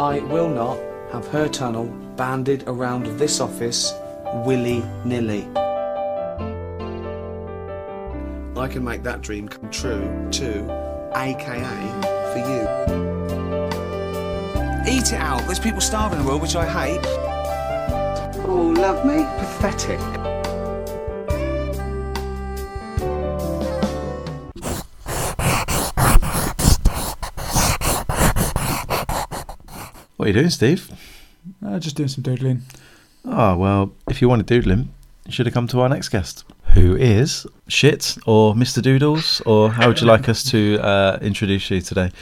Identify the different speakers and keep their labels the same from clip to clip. Speaker 1: I will not have her tunnel banded around this office willy nilly. I can make that dream come true too, aka for you. Eat it out. There's people starving in the world, which I hate. Oh, love me. Pathetic.
Speaker 2: What are you doing, Steve?
Speaker 3: Uh, just doing some doodling.
Speaker 2: Oh, well, if you want to doodle him, you should have come to our next guest, who is Shit or Mr. Doodles, or how would you like us to uh, introduce you today?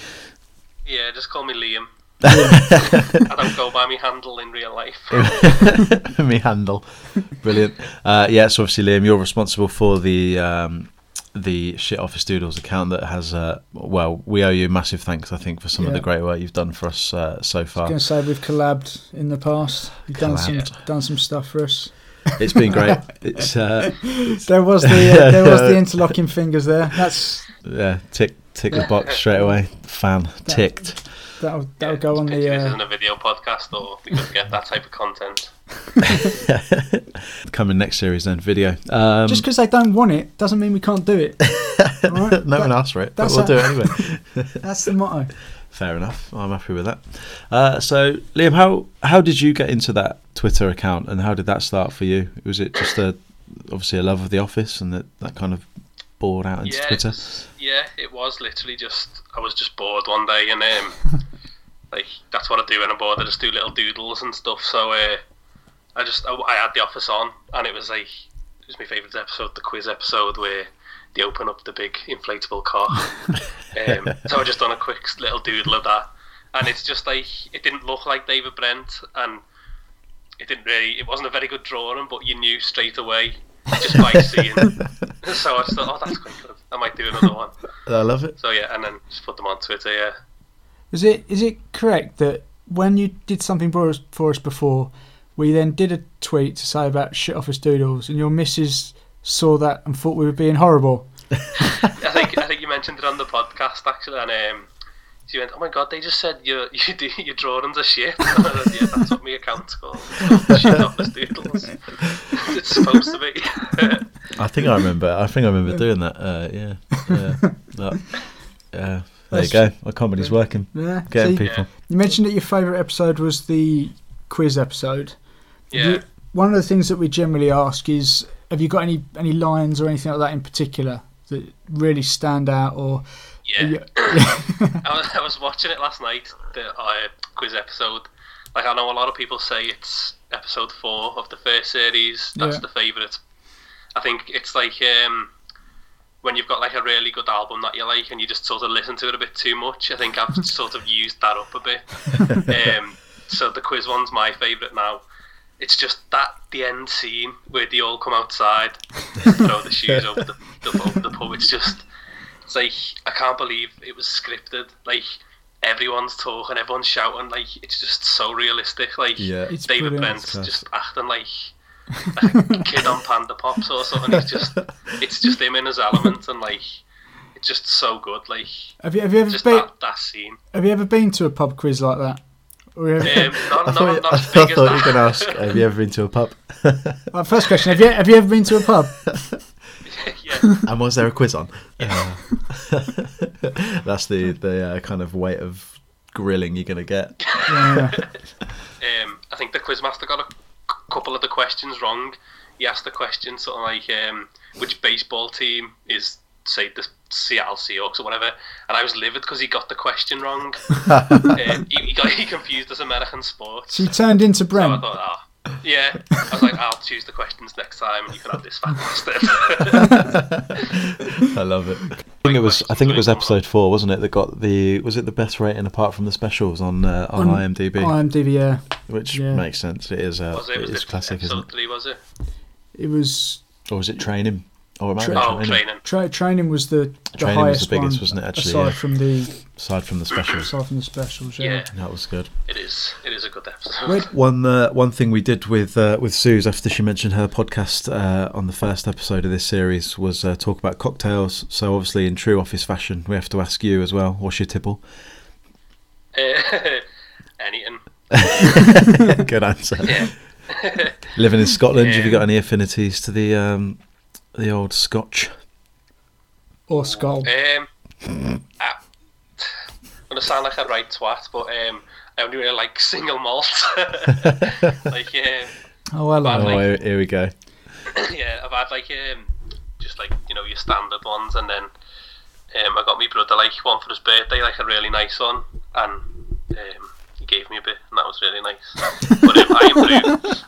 Speaker 4: Yeah, just call me Liam. I don't go by me handle in real life.
Speaker 2: Me handle. Brilliant. Uh, yeah, so obviously, Liam, you're responsible for the. Um, the shit office doodles account that has uh well we owe you massive thanks i think for some of the
Speaker 3: Yeah.
Speaker 2: great work you've done for us uh, so far
Speaker 3: Gonna say we've collabed in the past. You've done some done some stuff for us.
Speaker 2: it's been great it's uh
Speaker 3: There was the uh, there was the interlocking fingers there. That's
Speaker 2: yeah tick tick the box straight away fan ticked
Speaker 3: that'll
Speaker 4: Yeah,
Speaker 3: that'll go on
Speaker 4: this
Speaker 3: the uh,
Speaker 4: isn't a video podcast, or we could get that type of content.
Speaker 2: coming next series then video. Um,
Speaker 3: just because they don't want it doesn't mean we can't do it. All right?
Speaker 2: no
Speaker 3: That-
Speaker 2: one asked for it, but
Speaker 3: that's
Speaker 2: we'll
Speaker 3: a-
Speaker 2: do it anyway.
Speaker 3: That's the motto.
Speaker 2: Fair enough. I'm happy with that. Uh, so Liam, how how did you get into that Twitter account, and how did that start for you? Was it just a obviously a love of The Office, and that that kind of bored out into
Speaker 4: yeah,
Speaker 2: Twitter?
Speaker 4: it's- yeah, it was literally just I was just bored one day, and um, like that's what I do when I'm bored. I just do little doodles and stuff. So uh, I just I, I had the office on, and it was like it was my favourite episode, the quiz episode where they open up the big inflatable car. um, so I just done a quick little doodle of that, and it's just like it didn't look like David Brent, and it didn't really it wasn't a very good drawing, but you knew straight away just by seeing. So I just thought, oh, that's quite good. I might do another one.
Speaker 2: I love it.
Speaker 4: So yeah, and then just put them on Twitter. Yeah,
Speaker 3: Is it is it correct that when you did something for us, for us before, we then did a tweet to say about shit office doodles, and your missus saw that and thought we were being horrible.
Speaker 4: I think I think you mentioned it on the podcast actually, and um, she went, "Oh my god, they just said you you do your drawings are shit." And I said, yeah, that's what my account's called. Shit office doodles. it's supposed to be.
Speaker 2: I think I remember. I think I remember doing that. Uh, yeah, yeah. That- yeah. There you
Speaker 3: That's-
Speaker 2: go. Our comedy's working.
Speaker 3: Yeah.
Speaker 2: Getting
Speaker 3: see?
Speaker 2: people.
Speaker 3: You mentioned that your favourite episode was the quiz episode.
Speaker 4: yeah,
Speaker 3: You- one of the things that we generally ask is, have you got any any lines or anything like that in particular that really stand out, or
Speaker 4: yeah.
Speaker 3: yeah.
Speaker 4: I was, I was watching it last night, the uh, quiz episode. Like, I know a lot of people say it's episode four of the first series. That's
Speaker 3: Yeah.
Speaker 4: the favourite. I think it's like um, when you've got like a really good album that you like and you just sort of listen to it a bit too much. I think I've sort of used that up a bit. um, so the quiz one's my favourite now. It's just that the end scene where they all come outside, throw the shoes over the, the, over the pub. It's just it's like I can't believe it was scripted. Like everyone's talking, everyone's shouting. Like it's just so realistic. Like
Speaker 2: Yeah.
Speaker 3: It's
Speaker 4: David
Speaker 3: brilliant.
Speaker 4: Brent's
Speaker 2: It's
Speaker 4: just acting like a kid on Panda Pops or something. It's just it's just him in his element and like it's just so good. Like
Speaker 3: have you have you ever
Speaker 4: just
Speaker 3: been
Speaker 4: that, that scene.
Speaker 3: have you ever been to a pub quiz like that? Or have-
Speaker 4: Um, not,
Speaker 2: I
Speaker 4: not,
Speaker 2: thought,
Speaker 4: not
Speaker 2: I
Speaker 4: as big as
Speaker 2: thought you were going to
Speaker 4: that.
Speaker 2: ask, have you ever been to a pub?
Speaker 3: Right, Uh, first question: Have you have you ever been to a pub?
Speaker 4: yeah,
Speaker 2: and was there a quiz on? That's the the uh, kind of weight of grilling you're gonna get.
Speaker 3: Yeah.
Speaker 4: um, I think the quizmaster got a c- couple of the questions wrong. He asked the question something like, um, "Which baseball team is say the Seattle Seahawks or whatever?" And I was livid because he got the question wrong. um, he, he got he confused as American sports.
Speaker 3: She turned into
Speaker 4: So I
Speaker 3: Brent.
Speaker 4: thought, ah, yeah. I was like, I'll choose the questions next time, and you can have this fact instead.
Speaker 2: I love it. I think it was I think it was episode four, wasn't it? That got the was it the best rating apart from the specials on uh, on, IMDb,
Speaker 3: IMDb. Yeah.
Speaker 2: which
Speaker 3: yeah.
Speaker 2: makes sense. It is uh,
Speaker 4: was it?
Speaker 2: it
Speaker 4: Was
Speaker 2: is
Speaker 4: it
Speaker 2: classic,
Speaker 4: episode
Speaker 2: isn't
Speaker 4: three? Was it?
Speaker 3: It was
Speaker 2: it? Or was it training? Or it might
Speaker 3: Tra-
Speaker 2: have
Speaker 4: Oh,
Speaker 2: been training.
Speaker 4: training.
Speaker 3: tra- training was the, the
Speaker 2: Training was
Speaker 3: highest
Speaker 2: the biggest,
Speaker 3: one,
Speaker 2: wasn't it, actually,
Speaker 3: aside
Speaker 2: yeah.
Speaker 3: from the
Speaker 2: Aside from the specials,
Speaker 3: aside from the specials. Yeah.
Speaker 4: Yeah,
Speaker 2: that was good.
Speaker 4: it is. It is a good episode.
Speaker 3: Wait,
Speaker 2: One uh, one thing we did with uh, with Suze after she mentioned her podcast uh, on the first episode of this series was uh, talk about cocktails. So obviously, in true office fashion, we have to ask you as well. What's your tipple?
Speaker 4: Uh, anything.
Speaker 2: Good answer.
Speaker 4: Yeah.
Speaker 2: Living in Scotland, have you
Speaker 4: Yeah.
Speaker 2: got any affinities to the um, the old Scotch?
Speaker 3: Or skull.
Speaker 4: Um, I, I'm gonna sound like a right twat, but um, I only really like single malt. like, um,
Speaker 3: Oh, I like
Speaker 2: Oh,
Speaker 4: Like-
Speaker 2: here, here we go.
Speaker 4: yeah, I've had like um, just like you know your standard ones, and then um, I got my brother like one for his birthday, like a really nice one, and um, he gave me a bit, and that was really nice. but um, I am brew,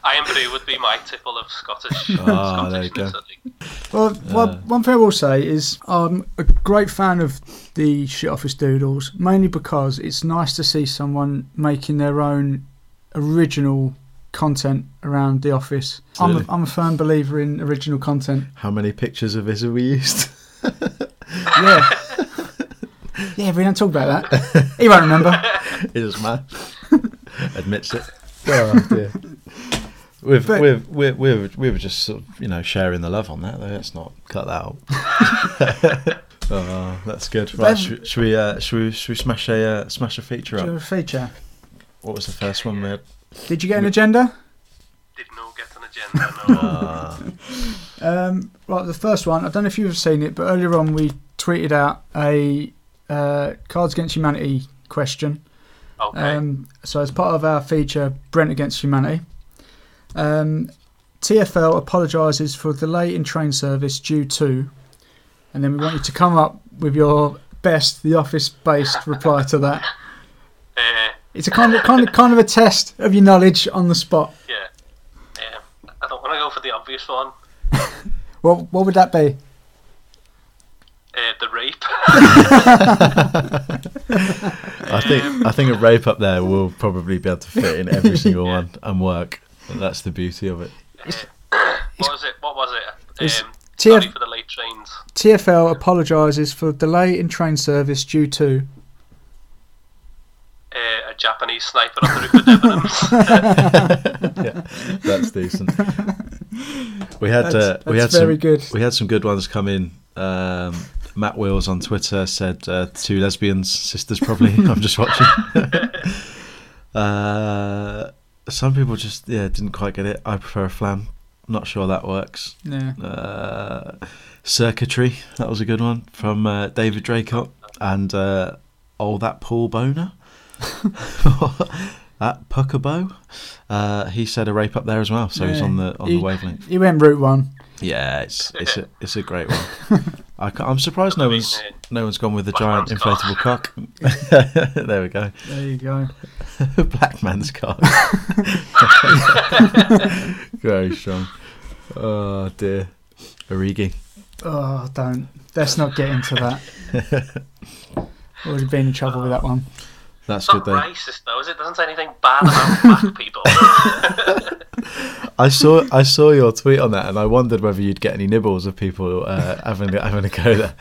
Speaker 4: I am brew would be my tipple of Scottish.
Speaker 2: Ah, there you
Speaker 4: Scottishness,
Speaker 2: go.
Speaker 4: I think.
Speaker 3: Well, one- one thing I will say is I'm a great fan of the shit office doodles, mainly because it's nice to see someone making their own original content around the office. I'm a,
Speaker 2: Absolutely.
Speaker 3: I'm a firm believer in original content.
Speaker 2: How many pictures of this have we used?
Speaker 3: Yeah. yeah, we don't talk about that. He won't remember.
Speaker 2: It doesn't matter. Admits it. Oh, dear. We've,
Speaker 3: But-
Speaker 2: we've, we we were- we were just sort of, you know, sharing the love on that. Though. Let's not cut that out. oh, that's good. Right,
Speaker 3: Then-
Speaker 2: should, should we uh, should we should we smash a uh, smash a feature
Speaker 3: Do you have
Speaker 2: up?
Speaker 3: a feature.
Speaker 2: What was the first one we had?
Speaker 3: Did you get an agenda?
Speaker 4: Did not get an agenda. No.
Speaker 2: Ah,
Speaker 3: Um, right, the first one. I don't know if you've seen it, but earlier on we tweeted out a uh, Cards Against Humanity question.
Speaker 4: Okay.
Speaker 3: Um, so, as part of our feature, Brent Against Humanity, um, TFL apologises for delay in train service due to, and then we want you to come up with your best The Office based reply to that.
Speaker 4: uh,
Speaker 3: It's a kind of, kind of kind of a test of your knowledge on the spot.
Speaker 4: yeah. Um, I don't want to go for the obvious one.
Speaker 3: What what would that be?
Speaker 4: Uh, the rape.
Speaker 2: I think I think a rape up there will probably be able to fit in every single one and work. That's the beauty of it.
Speaker 4: what was it? What was it?
Speaker 3: It's-
Speaker 4: Um,
Speaker 3: TF
Speaker 4: sorry for the late trains.
Speaker 3: TFL apologises for delay in train service due to.
Speaker 4: Uh, a Japanese sniper on the roof of Debenhams.
Speaker 2: yeah, that's decent. We had uh,
Speaker 3: That's-
Speaker 2: we had
Speaker 3: that's very
Speaker 2: some
Speaker 3: good.
Speaker 2: we had some good ones come in. Um, Matt Wills on Twitter said uh, two lesbians sisters probably. I'm just watching. uh, some people just yeah didn't quite get it. I prefer a flam. Not sure that works.
Speaker 3: Yeah.
Speaker 2: Uh, circuitry that was a good one from uh, David Draycott and uh, oh that Paul Boner. that Puckabo, uh, he said a rape up there as well, so he's
Speaker 3: Yeah.
Speaker 2: on the on
Speaker 3: He-
Speaker 2: the wavelength.
Speaker 3: He went route one.
Speaker 2: Yeah, it's it's a it's a great one. I am surprised no one's
Speaker 4: Yeah.
Speaker 2: no one's gone with the
Speaker 4: Black
Speaker 2: giant
Speaker 4: man's cock.
Speaker 2: inflatable cock. there we go,
Speaker 3: There you go.
Speaker 2: black man's cock. Very strong. Oh dear, Origi.
Speaker 3: Oh, don't. Let's not get into that. Already been in trouble with that one.
Speaker 2: That's
Speaker 4: It's
Speaker 2: good
Speaker 4: not
Speaker 2: though.
Speaker 4: racist though, is it? Doesn't say anything bad about black people.
Speaker 2: I saw I saw your tweet on that, and I wondered whether you'd get any nibbles of people uh, having having a go there.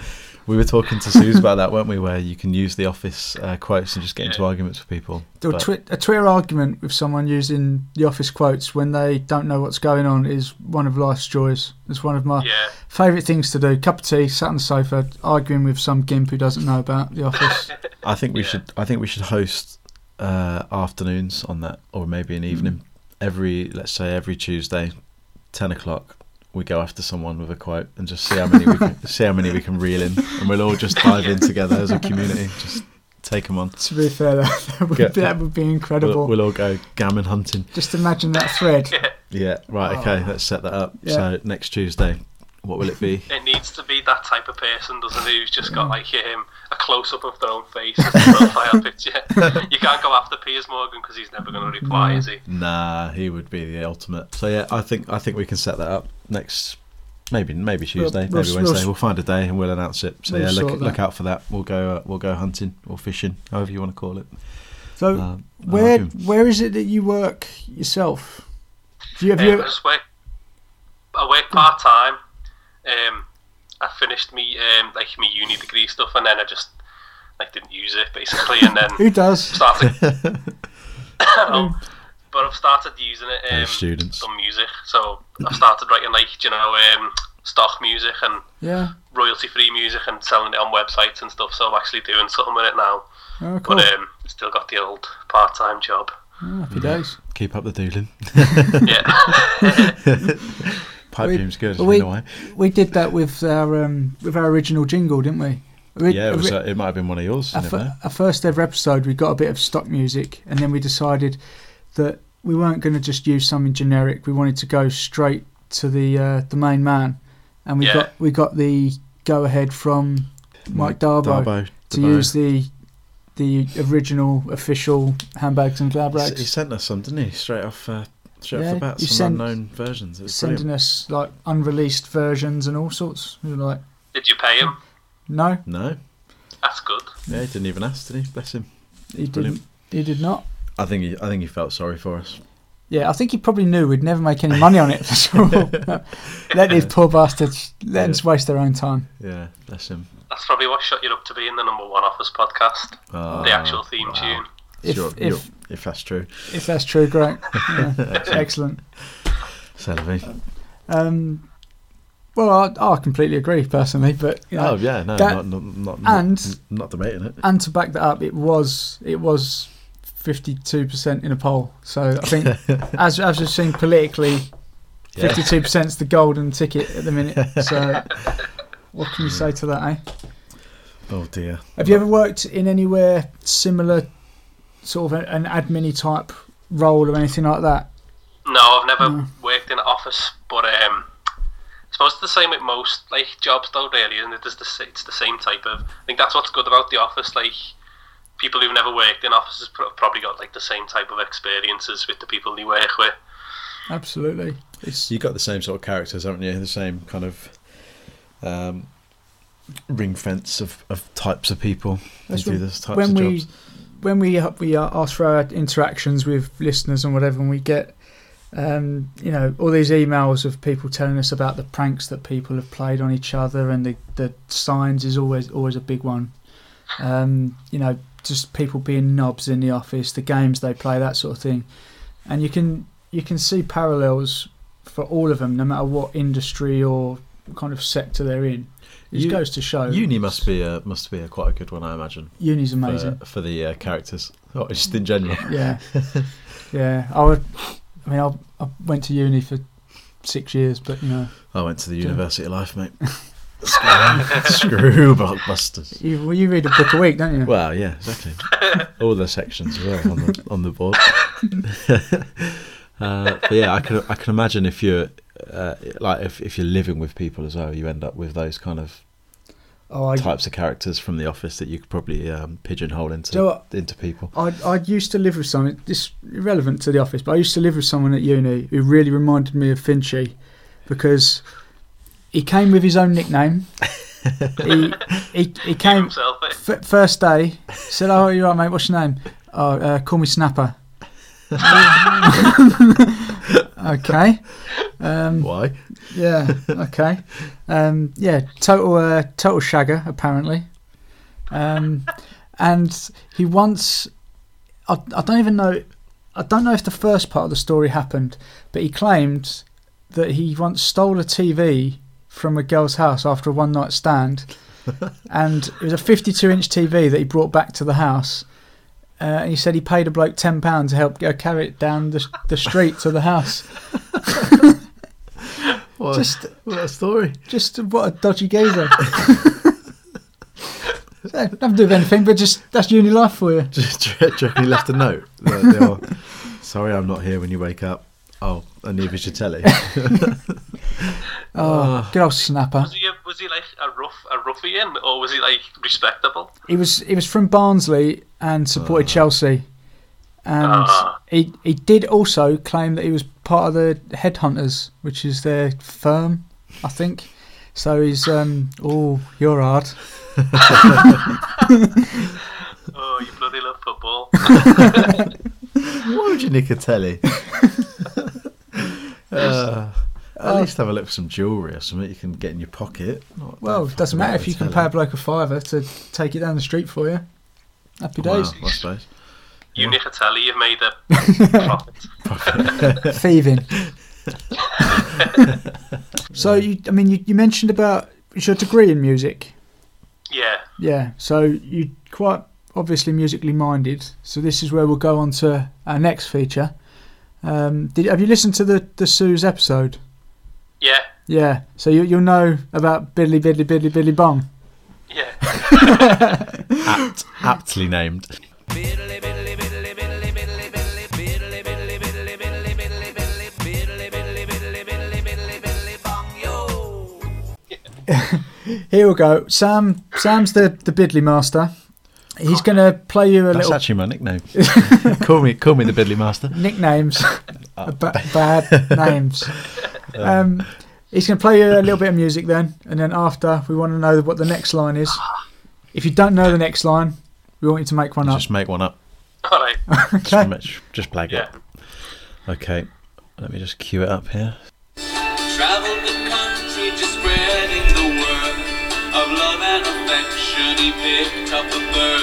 Speaker 2: We were talking to Suze about that, weren't we? Where you can use the office uh, quotes and just get into arguments with people.
Speaker 3: Or
Speaker 2: But
Speaker 3: twi- a Twitter argument with someone using the office quotes when they don't know what's going on is one of life's joys. It's one of my
Speaker 4: yeah.
Speaker 3: favourite things to do. Cup of tea, sat on the sofa, arguing with some gimp who doesn't know about the office.
Speaker 2: I think we should I think we should host uh, afternoons on that, or maybe an evening. Every let's say every Tuesday, ten o'clock, we go after someone with a quote and just see how many we can, see how many we can reel in, and we'll all just dive in together as a community. Just take them on.
Speaker 3: to be fair, that, that, would,
Speaker 2: Yeah.
Speaker 3: be, that would be
Speaker 2: We'll,
Speaker 3: incredible.
Speaker 2: we'll all go gammon hunting.
Speaker 3: Just imagine that thread.
Speaker 2: Yeah, right, okay, let's set that up.
Speaker 3: Ah. Yeah.
Speaker 2: So next Tuesday, what will it be?
Speaker 4: It needs to be that type of person, doesn't it? Who's just got like um, a close up of their own face as a profile picture. You can't go after Piers Morgan because he's never going to reply, is he?
Speaker 2: nah, he would be the ultimate. So yeah, I think I think we can set that up next maybe maybe Tuesday,
Speaker 3: we'll-
Speaker 2: maybe
Speaker 3: we'll-
Speaker 2: Wednesday. We'll, find a day and we'll announce it. So
Speaker 3: We'll
Speaker 2: yeah, look
Speaker 3: sort that.
Speaker 2: look out for that. We'll go uh, we'll go hunting or fishing, however you want to call it.
Speaker 3: So,
Speaker 2: Um, I
Speaker 3: where
Speaker 2: like him.
Speaker 3: where is it that you work yourself? Do you, have
Speaker 4: Um,
Speaker 3: you?
Speaker 4: I just work. I work part time. Um, I finished me um, like my uni degree stuff, and then I just like didn't use it basically, and then
Speaker 3: Who does?
Speaker 4: started. I know, but I've started using it. Um,
Speaker 2: Those students.
Speaker 4: Some music, so I've started writing like you know um, stock music and
Speaker 3: Yeah.
Speaker 4: royalty free music and selling it on websites and stuff. So I'm actually doing something with it now.
Speaker 3: Oh, cool.
Speaker 4: But um, it's Still got the old part-time job.
Speaker 3: Oh, happy days.
Speaker 2: Keep up the doodling.
Speaker 4: Yeah.
Speaker 2: Pipe
Speaker 3: We-
Speaker 2: dream's good.
Speaker 3: but we-
Speaker 2: in a way.
Speaker 3: We did that with our um, with our original jingle, didn't we? Ori-
Speaker 2: Yeah, it, was,
Speaker 3: ori-
Speaker 2: uh, it might have been one of yours. you
Speaker 3: our,
Speaker 2: never know.
Speaker 3: fir- our first ever episode, we got a bit of stock music, and then we decided that we weren't going to just use something generic. We wanted to go straight to the uh, the main man, and we
Speaker 4: Yeah.
Speaker 3: got we got the go ahead from Mike Darbo,
Speaker 2: Darbo,
Speaker 3: to
Speaker 2: Darbo.
Speaker 3: use the the original official handbags and glad
Speaker 2: S- He
Speaker 3: rags,
Speaker 2: sent us some, didn't he? Straight off, uh, straight
Speaker 3: Yeah,
Speaker 2: off the bat,
Speaker 3: he
Speaker 2: some
Speaker 3: sent-
Speaker 2: unknown versions. It was
Speaker 3: sending
Speaker 2: brilliant.
Speaker 3: us like unreleased versions and all sorts. We were like,
Speaker 4: Did you pay him?
Speaker 3: no,
Speaker 2: No,
Speaker 4: That's good.
Speaker 2: yeah, he didn't even ask, did he? Bless him.
Speaker 3: he
Speaker 2: Brilliant.
Speaker 3: didn't. He did not.
Speaker 2: I think he, I think he felt sorry for us.
Speaker 3: Yeah, I think he probably knew we'd never make any money on it. So let these poor bastards let them waste their own time.
Speaker 2: Yeah, bless him.
Speaker 4: That's probably what shot you up to being the number one office podcast.
Speaker 2: Ah,
Speaker 4: the actual theme
Speaker 2: wow.
Speaker 4: tune.
Speaker 3: If
Speaker 2: Sure, you're-
Speaker 3: if
Speaker 2: if, that's true,
Speaker 3: if that's true, great. Yeah, excellent.
Speaker 2: Selvy.
Speaker 3: Um, well, I, I completely agree personally, but you know,
Speaker 2: Oh yeah, no, not,
Speaker 3: that-
Speaker 2: not, not,
Speaker 3: and-
Speaker 2: not, not debating it.
Speaker 3: and to back that up, it was it was fifty two percent in a poll. So I think as as we've seen politically,
Speaker 2: Yeah.
Speaker 3: fifty two percent's the golden ticket at the minute. So what can you say to that? Eh?
Speaker 2: Oh dear.
Speaker 3: Have you ever worked in anywhere similar, sort of a- an admin type role or anything like that?
Speaker 4: No, I've never
Speaker 3: No.
Speaker 4: worked in an office, but um, I suppose it's the same with most like jobs, though. Really, isn't it? It's the, sa- it's the same type of. I think that's what's good about the office. Like people who've never worked in offices pro- probably got like the same type of experiences with the people they work with.
Speaker 3: Absolutely. It's
Speaker 2: You got the same sort of characters, haven't you? The same kind of um, ring fence of, of types of people who
Speaker 3: That's
Speaker 2: do
Speaker 3: when-
Speaker 2: this types
Speaker 3: when
Speaker 2: of
Speaker 3: we
Speaker 2: jobs.
Speaker 3: when we uh, we ask for our interactions with listeners and whatever, and we get um, you know all these emails of people telling us about the pranks that people have played on each other, and the the signs is always always a big one. Um, you know, just people being knobs in the office, the games they play, that sort of thing, and you can you can see parallels for all of them, no matter what industry or kind of sector they're in. It
Speaker 2: You-
Speaker 3: goes to show
Speaker 2: Uni must be a must be a quite a good one, I imagine.
Speaker 3: uni's
Speaker 2: for-
Speaker 3: amazing.
Speaker 2: for, the uh, characters, or just in general.
Speaker 3: yeah, yeah. I would. I mean, I, I went to uni for six years, but you know,
Speaker 2: I went to the
Speaker 3: Yeah.
Speaker 2: university life, mate. Screw blockbusters.
Speaker 3: you well, you read a book a week, don't you?
Speaker 2: Well, yeah, exactly. All the sections were on the on the board. uh, but yeah, I can I can imagine if you're uh, like if, if you're living with people as well, you end up with those kind of
Speaker 3: oh, I,
Speaker 2: types of characters from the office that you could probably um, pigeonhole into
Speaker 3: Do you know what?
Speaker 2: into people.
Speaker 3: I I used to live with someone. This irrelevant to the office, but I used to live with someone at uni who really reminded me of Finchy, because he came with his own nickname. he, he he
Speaker 4: Give
Speaker 3: came
Speaker 4: himself it.
Speaker 3: f- first day. Said, "Oh, you're right, mate. What's your name? Oh, uh, call me Snapper." okay. Um,
Speaker 2: Why?
Speaker 3: Yeah. Okay. Um, yeah. Total. Uh, total shagger. Apparently. Um, and he once. I, I don't even know. I don't know if the first part of the story happened, but he claimed that he once stole a TV from a girl's house after a one night stand, and it was a 52 inch TV that he brought back to the house. Uh, and he said he paid a bloke ten pounds to help go carry it down the the street to the house.
Speaker 2: What,
Speaker 3: Just
Speaker 2: what a story.
Speaker 3: Just what a dodgy geezer. Nothing to do with anything, but just that's uni life for you.
Speaker 2: Do you reckon he left a note? Like, they are, Sorry, I'm not here when you wake up. Oh, and neither should tell you.
Speaker 3: Oh, good old snapper.
Speaker 4: Was he a- was he like a rough a ruffian or was he like respectable?
Speaker 3: He was he was from Barnsley and
Speaker 2: Ah.
Speaker 3: supported Chelsea, and
Speaker 4: Ah.
Speaker 3: he he did also claim that he was part of the Headhunters, which is their firm, I think. So he's um oh you're hard.
Speaker 4: Oh, you bloody love football.
Speaker 2: Why would you nick a telly? Uh, at least have a look for some jewellery or something you can get in your pocket. Not-
Speaker 3: Well,
Speaker 2: don't
Speaker 3: doesn't
Speaker 2: fuck
Speaker 3: matter
Speaker 2: about
Speaker 3: if
Speaker 2: the
Speaker 3: you can pay
Speaker 2: telly.
Speaker 3: a bloke a fiver to take it down the street for you. Happy days.
Speaker 2: Wow, I suppose.
Speaker 4: you Nicatelli, you've made a profit.
Speaker 3: thieving. so you, I mean, you, you mentioned about it's your degree in music.
Speaker 4: Yeah.
Speaker 3: Yeah. So you quite obviously musically minded, so this is where we'll go on to our next feature. Um, did, have you listened to the, the Sue's episode?
Speaker 4: Yeah,
Speaker 3: Yeah, so you, you'll know about Biddly Biddly Biddly Biddly Bong.
Speaker 4: yeah.
Speaker 2: Apt, aptly named.
Speaker 3: Here we go. Sam Sam's the, the Biddly master. He's going to play you a
Speaker 2: That's
Speaker 3: little
Speaker 2: actually my nickname. call me, call me the Biddley Master.
Speaker 3: nicknames,
Speaker 2: Uh,
Speaker 3: ba- bad names. Um, he's going to play you a little bit of music then, and then after we want to know what the next line is. If you don't know the next line, we want you to make one up.
Speaker 2: Just make one up.
Speaker 4: All right.
Speaker 2: Just, make- just blag
Speaker 4: Yeah.
Speaker 2: it. Okay, let me just cue it up here.
Speaker 5: Traveled the country, just spreading the word of love and affection. He picked up a bird.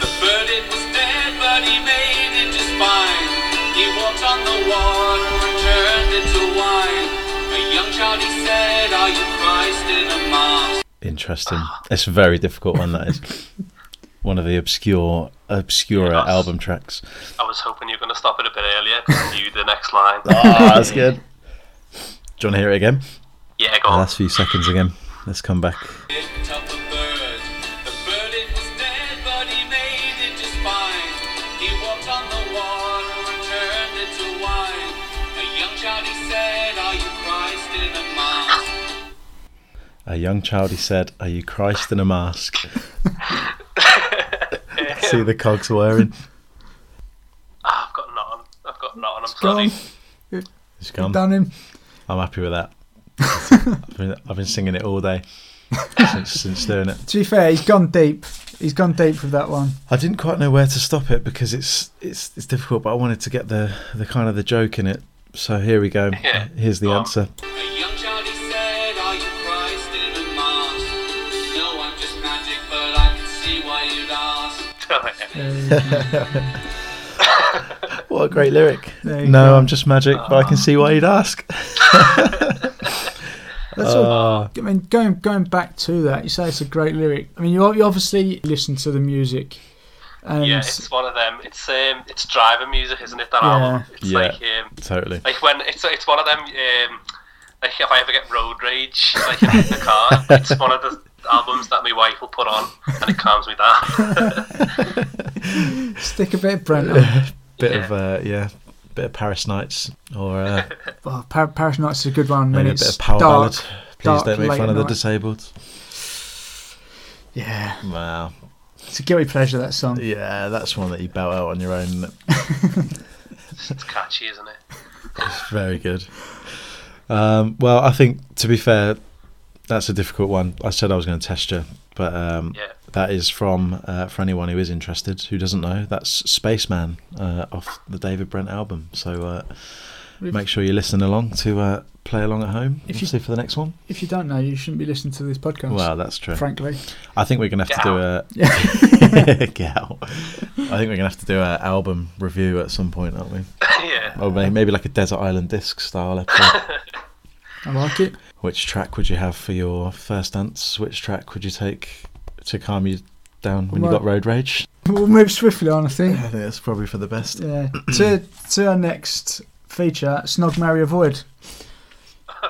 Speaker 5: The bird, it was dead, but he made it just fine. He walked on the water and turned it to wine. A young child, he said, Are you Christ in a mask?
Speaker 2: Interesting.
Speaker 3: Ah.
Speaker 2: It's a very difficult one. That is one of the obscure, obscure
Speaker 4: Yes.
Speaker 2: album tracks.
Speaker 4: I was hoping you were going to stop it a bit earlier. 'cause I knew the next line.
Speaker 2: Ah, that's good. Do you want to hear it again?
Speaker 4: Yeah, go
Speaker 2: The
Speaker 4: on.
Speaker 2: last few seconds again. Let's come back.
Speaker 5: Picked up a bird. The bird, it was dead, but he made it just fine. He walked on the water and turned it to wine. A young child, he said, Are you Christ in a mask?
Speaker 2: A young child, he said, "Are you Christ in a mask?" See the cogs whirring.
Speaker 4: Ah, I've got none. I've got none. I'm
Speaker 3: Gone.
Speaker 4: sorry.
Speaker 2: It's gone.
Speaker 3: Done him.
Speaker 2: I'm happy with that. I've, been, I've been singing it all day since, since doing it.
Speaker 3: To be fair, he's gone deep. He's gone deep with that one.
Speaker 2: I didn't quite know where to stop it because it's it's it's difficult, but I wanted to get the the kind of the joke in it. So here we go.
Speaker 4: Yeah.
Speaker 2: Here's the
Speaker 4: Go on.
Speaker 2: answer.
Speaker 5: A young child, he said, Are you Christ in a mask? No, I'm just magic, but I can see why you'd ask.
Speaker 2: What a great lyric.
Speaker 3: There
Speaker 2: No,
Speaker 3: you go.
Speaker 2: I'm just magic, but I can see why you'd ask.
Speaker 3: That's
Speaker 2: Ah,
Speaker 3: all. I mean, going going back to that, you say it's a great lyric. I mean, you, you obviously listen to the music, and
Speaker 4: Yeah, it's one of them. It's um, it's driver music, isn't it? That
Speaker 3: Yeah.
Speaker 4: album. It's
Speaker 2: Yeah.
Speaker 4: like um,
Speaker 2: Totally.
Speaker 4: like when it's it's one of them. Um, like if I ever get road rage, like in the car, it's one of the albums that my wife will put on, and it calms me down.
Speaker 3: stick a bit of Brent. on.
Speaker 2: Bit
Speaker 4: Yeah.
Speaker 2: of uh, yeah, bit of Paris Nights or uh,
Speaker 3: Oh, Par- Parish Nights is a good one when
Speaker 2: maybe a
Speaker 3: it's
Speaker 2: bit of power
Speaker 3: dark.
Speaker 2: ballad. Please
Speaker 3: dark
Speaker 2: don't make
Speaker 3: late
Speaker 2: fun of the
Speaker 3: night.
Speaker 2: disabled.
Speaker 3: Yeah,
Speaker 2: Wow.
Speaker 3: it's a guilty pleasure that song.
Speaker 2: Yeah, that's one that you belt out on your own. isn't it?
Speaker 4: It's catchy, isn't it?
Speaker 2: Very good. Um, well, I think to be fair, that's a difficult one. I said I was going to test you, but um,
Speaker 4: Yeah.
Speaker 2: that is from uh, for anyone who is interested who doesn't know. That's Spaceman uh, off the David Brent album. So uh,
Speaker 3: If-
Speaker 2: make sure you listen along to uh, play along at home.
Speaker 3: If
Speaker 2: If
Speaker 3: you-
Speaker 2: you see for the next one.
Speaker 3: If you don't know, you shouldn't be listening to this podcast.
Speaker 2: Well, that's true.
Speaker 3: frankly,
Speaker 2: I think we're gonna have
Speaker 4: Get
Speaker 2: to do a get out. I think we're gonna have to do an album review at some point, aren't we?
Speaker 4: yeah.
Speaker 2: Or may- maybe like a desert island disc style episode.
Speaker 3: I like it.
Speaker 2: Which track would you have for your first dance? Which track would you take to calm you down when you
Speaker 3: Well-
Speaker 2: got road rage?
Speaker 3: We'll move swiftly on, I think.
Speaker 2: I think that's probably for the best.
Speaker 3: Yeah. to to our next feature, Snog Marry Avoid.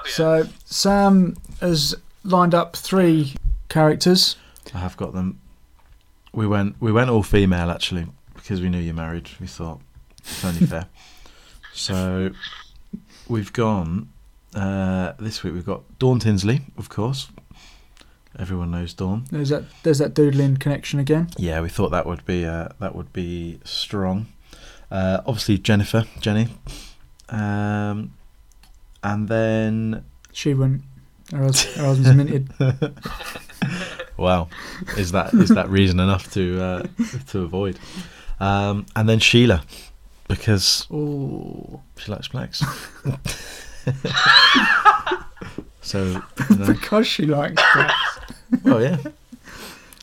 Speaker 3: So Sam has lined up three characters.
Speaker 2: I have got them. We went we went all female actually because we knew you're married. We thought it's only fair. so we've gone uh, this week. We've got Dawn Tinsley, of course. Everyone knows Dawn.
Speaker 3: There's that there's that doodling connection again.
Speaker 2: Yeah, we thought that would be uh, that would be strong. Uh, obviously Jennifer, Jenny, um, and then
Speaker 3: She went. Her hus- her husband's minted.
Speaker 2: wow, is that is that reason enough to uh, to avoid? Um, and then Sheila, because
Speaker 3: Oh,
Speaker 2: she likes blacks. so, you know,
Speaker 3: because she likes. it.
Speaker 2: well, yeah.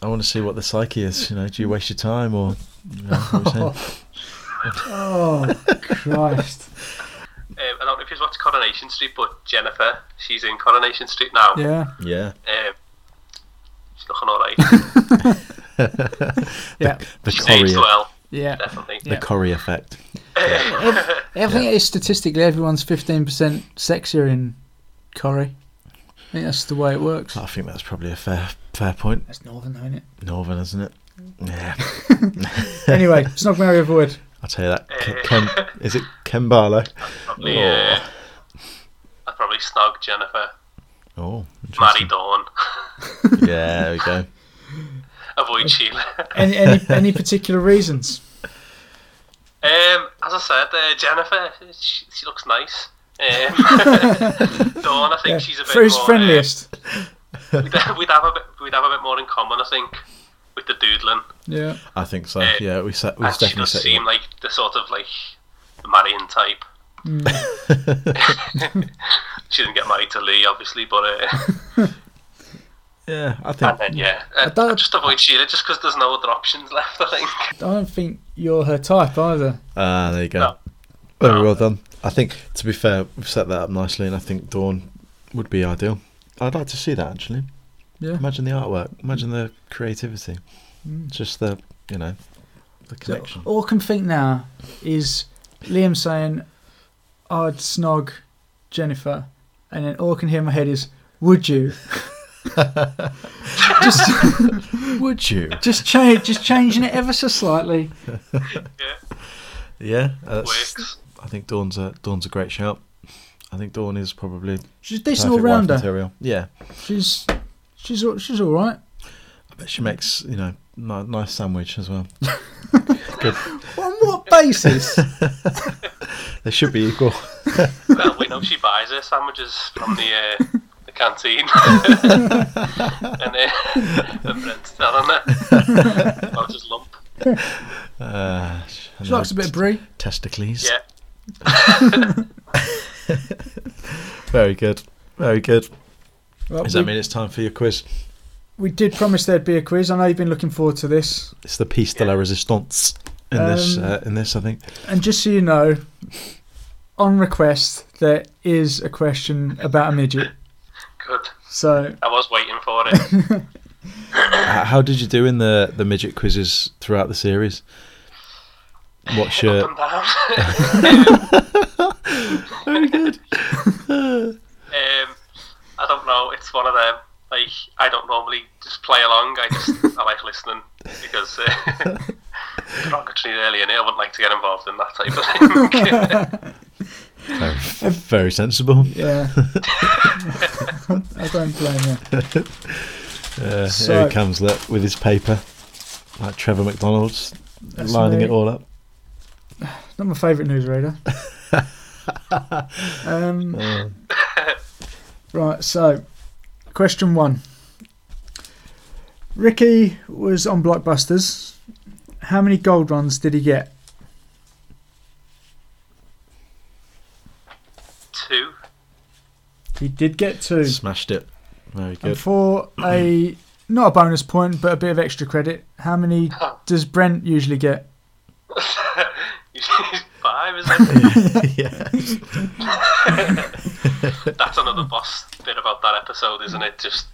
Speaker 2: I want to see what the psyche is. You know, do you waste your time or? You know, what we're saying?
Speaker 3: Oh Christ!
Speaker 4: Um, I don't know if you've watched Coronation Street, but Jennifer, she's in Coronation Street now.
Speaker 3: Yeah.
Speaker 2: yeah.
Speaker 4: Um, she's looking all right.
Speaker 3: Yeah,
Speaker 2: The
Speaker 4: Aged
Speaker 2: Corrie,
Speaker 4: well,
Speaker 3: yeah.
Speaker 4: definitely.
Speaker 2: the Corrie effect.
Speaker 3: I think it is statistically everyone's fifteen percent sexier in Corrie. I think that's the way it works.
Speaker 2: I think that's probably a fair fair point.
Speaker 3: That's northern, though, isn't it?
Speaker 2: Northern, isn't it? Yeah,
Speaker 3: anyway, snog, marry, avoid.
Speaker 2: I'll tell you that. Ken, is it Kembalo?
Speaker 4: Probably, uh, I'd probably snog Jennifer,
Speaker 2: Oh,
Speaker 4: marry
Speaker 2: interesting.
Speaker 4: Dawn,
Speaker 2: Yeah, there we go.
Speaker 4: avoid Sheila.
Speaker 3: Any any any particular reasons?
Speaker 4: Um, as I said, uh, Jennifer, she, she looks nice. Um, Dawn, I think she's a bit
Speaker 3: Who's
Speaker 4: more, uh,
Speaker 3: friendliest?
Speaker 4: we'd, we'd have a bit, we'd have a bit more in common, I think, with the doodling.
Speaker 3: Yeah.
Speaker 2: I think so.
Speaker 4: Uh,
Speaker 2: Yeah, we set. We
Speaker 4: and she
Speaker 2: definitely
Speaker 4: does
Speaker 2: set. you
Speaker 4: seem
Speaker 2: up.
Speaker 4: like the sort of like the marrying type. she didn't get married to Lee, obviously, but uh,
Speaker 2: Yeah, I think.
Speaker 4: and then yeah, uh,
Speaker 3: don't-
Speaker 4: just avoid Sheila just because there's no other options left. I think.
Speaker 3: I don't think you're her type either.
Speaker 2: Ah, there you go.
Speaker 4: No.
Speaker 2: Very
Speaker 4: No.
Speaker 2: well done. I think, to be fair, we've set that up nicely, and I think Dawn would be ideal. I'd like to see that actually.
Speaker 3: Yeah. Mm.
Speaker 2: Imagine the artwork. Imagine the creativity. Just the, you know, the connection.
Speaker 3: All I can think now is Liam saying, I'd snog Jennifer. And then all I can hear in my head is, would you? just,
Speaker 2: Would you?
Speaker 3: just change, just changing it ever so slightly.
Speaker 4: Yeah,
Speaker 2: Yeah, that's,
Speaker 4: works.
Speaker 2: I think Dawn's a Dawn's a great shout. I think Dawn is probably
Speaker 3: She's a decent all
Speaker 2: perfect wife
Speaker 3: rounder.
Speaker 2: material. Yeah,
Speaker 3: She's, she's, all- she's all right.
Speaker 2: but she makes you know ni- nice sandwich as well.
Speaker 3: On what basis?
Speaker 2: They should be equal.
Speaker 4: Well, we know she buys her sandwiches from the uh, the canteen, and uh, and Brent's telling her, "I'll just lump."
Speaker 2: Uh, and
Speaker 3: she likes a
Speaker 2: the
Speaker 3: bit of brie.
Speaker 2: testicles.
Speaker 4: Yeah,
Speaker 2: Very good. Very good.
Speaker 3: Well,
Speaker 2: Does
Speaker 3: we,
Speaker 2: that mean it's time for your quiz?
Speaker 3: we did promise there'd be a quiz. I know you've been looking forward to this.
Speaker 2: It's the piece de la resistance in this.
Speaker 3: Um,
Speaker 2: Uh, in this, I think.
Speaker 3: And just so you know, on request, there is a question about a midget.
Speaker 4: good.
Speaker 3: So
Speaker 4: I was waiting for it.
Speaker 2: H- Uh, How did you do in the the midget quizzes throughout the series? What's
Speaker 4: Up
Speaker 2: your
Speaker 4: and down.
Speaker 2: very good?
Speaker 4: Um, I don't know. It's one of them. Like I don't normally just play along. I just I like listening because uh, derogatory early in it. I wouldn't like to get involved in that type of thing.
Speaker 2: Very, very sensible.
Speaker 3: yeah, I don't blame you.
Speaker 2: Uh, here
Speaker 3: So-
Speaker 2: he comes look, with his paper, like Trevor McDonald's,
Speaker 3: That's
Speaker 2: lining
Speaker 3: me.
Speaker 2: it all up.
Speaker 3: Not my favourite newsreader. um, right, so question one. Ricky was on Blockbusters. How many gold runs did he get?
Speaker 4: Two.
Speaker 3: He did get two.
Speaker 2: Smashed it. Very
Speaker 3: And
Speaker 2: good.
Speaker 3: for a not a bonus point, but a bit of extra credit, how many does Brent usually get?
Speaker 4: Five is it?
Speaker 2: yeah.
Speaker 4: That's another boss bit about that episode, isn't it? Just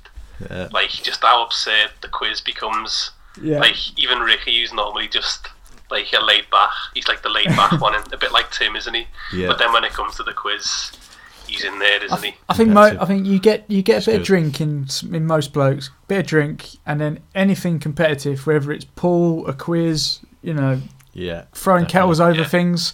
Speaker 2: Yeah.
Speaker 4: like just how absurd the quiz becomes.
Speaker 3: Yeah,
Speaker 4: Like even Ricky, who's normally just like a laid back, he's like the laid back one, and a bit like Tim, isn't he?
Speaker 2: Yeah.
Speaker 4: But then when it comes to the quiz, he's in there, isn't he?
Speaker 3: I think mo-
Speaker 2: competitive.
Speaker 3: I think you get you get a bit of
Speaker 2: good.
Speaker 3: drink in s- in most blokes, bit of drink, and then anything competitive, whether it's pool, a quiz, you know,
Speaker 2: Yeah.
Speaker 3: throwing
Speaker 2: Definitely.
Speaker 3: kettles over
Speaker 4: Yeah.
Speaker 3: things,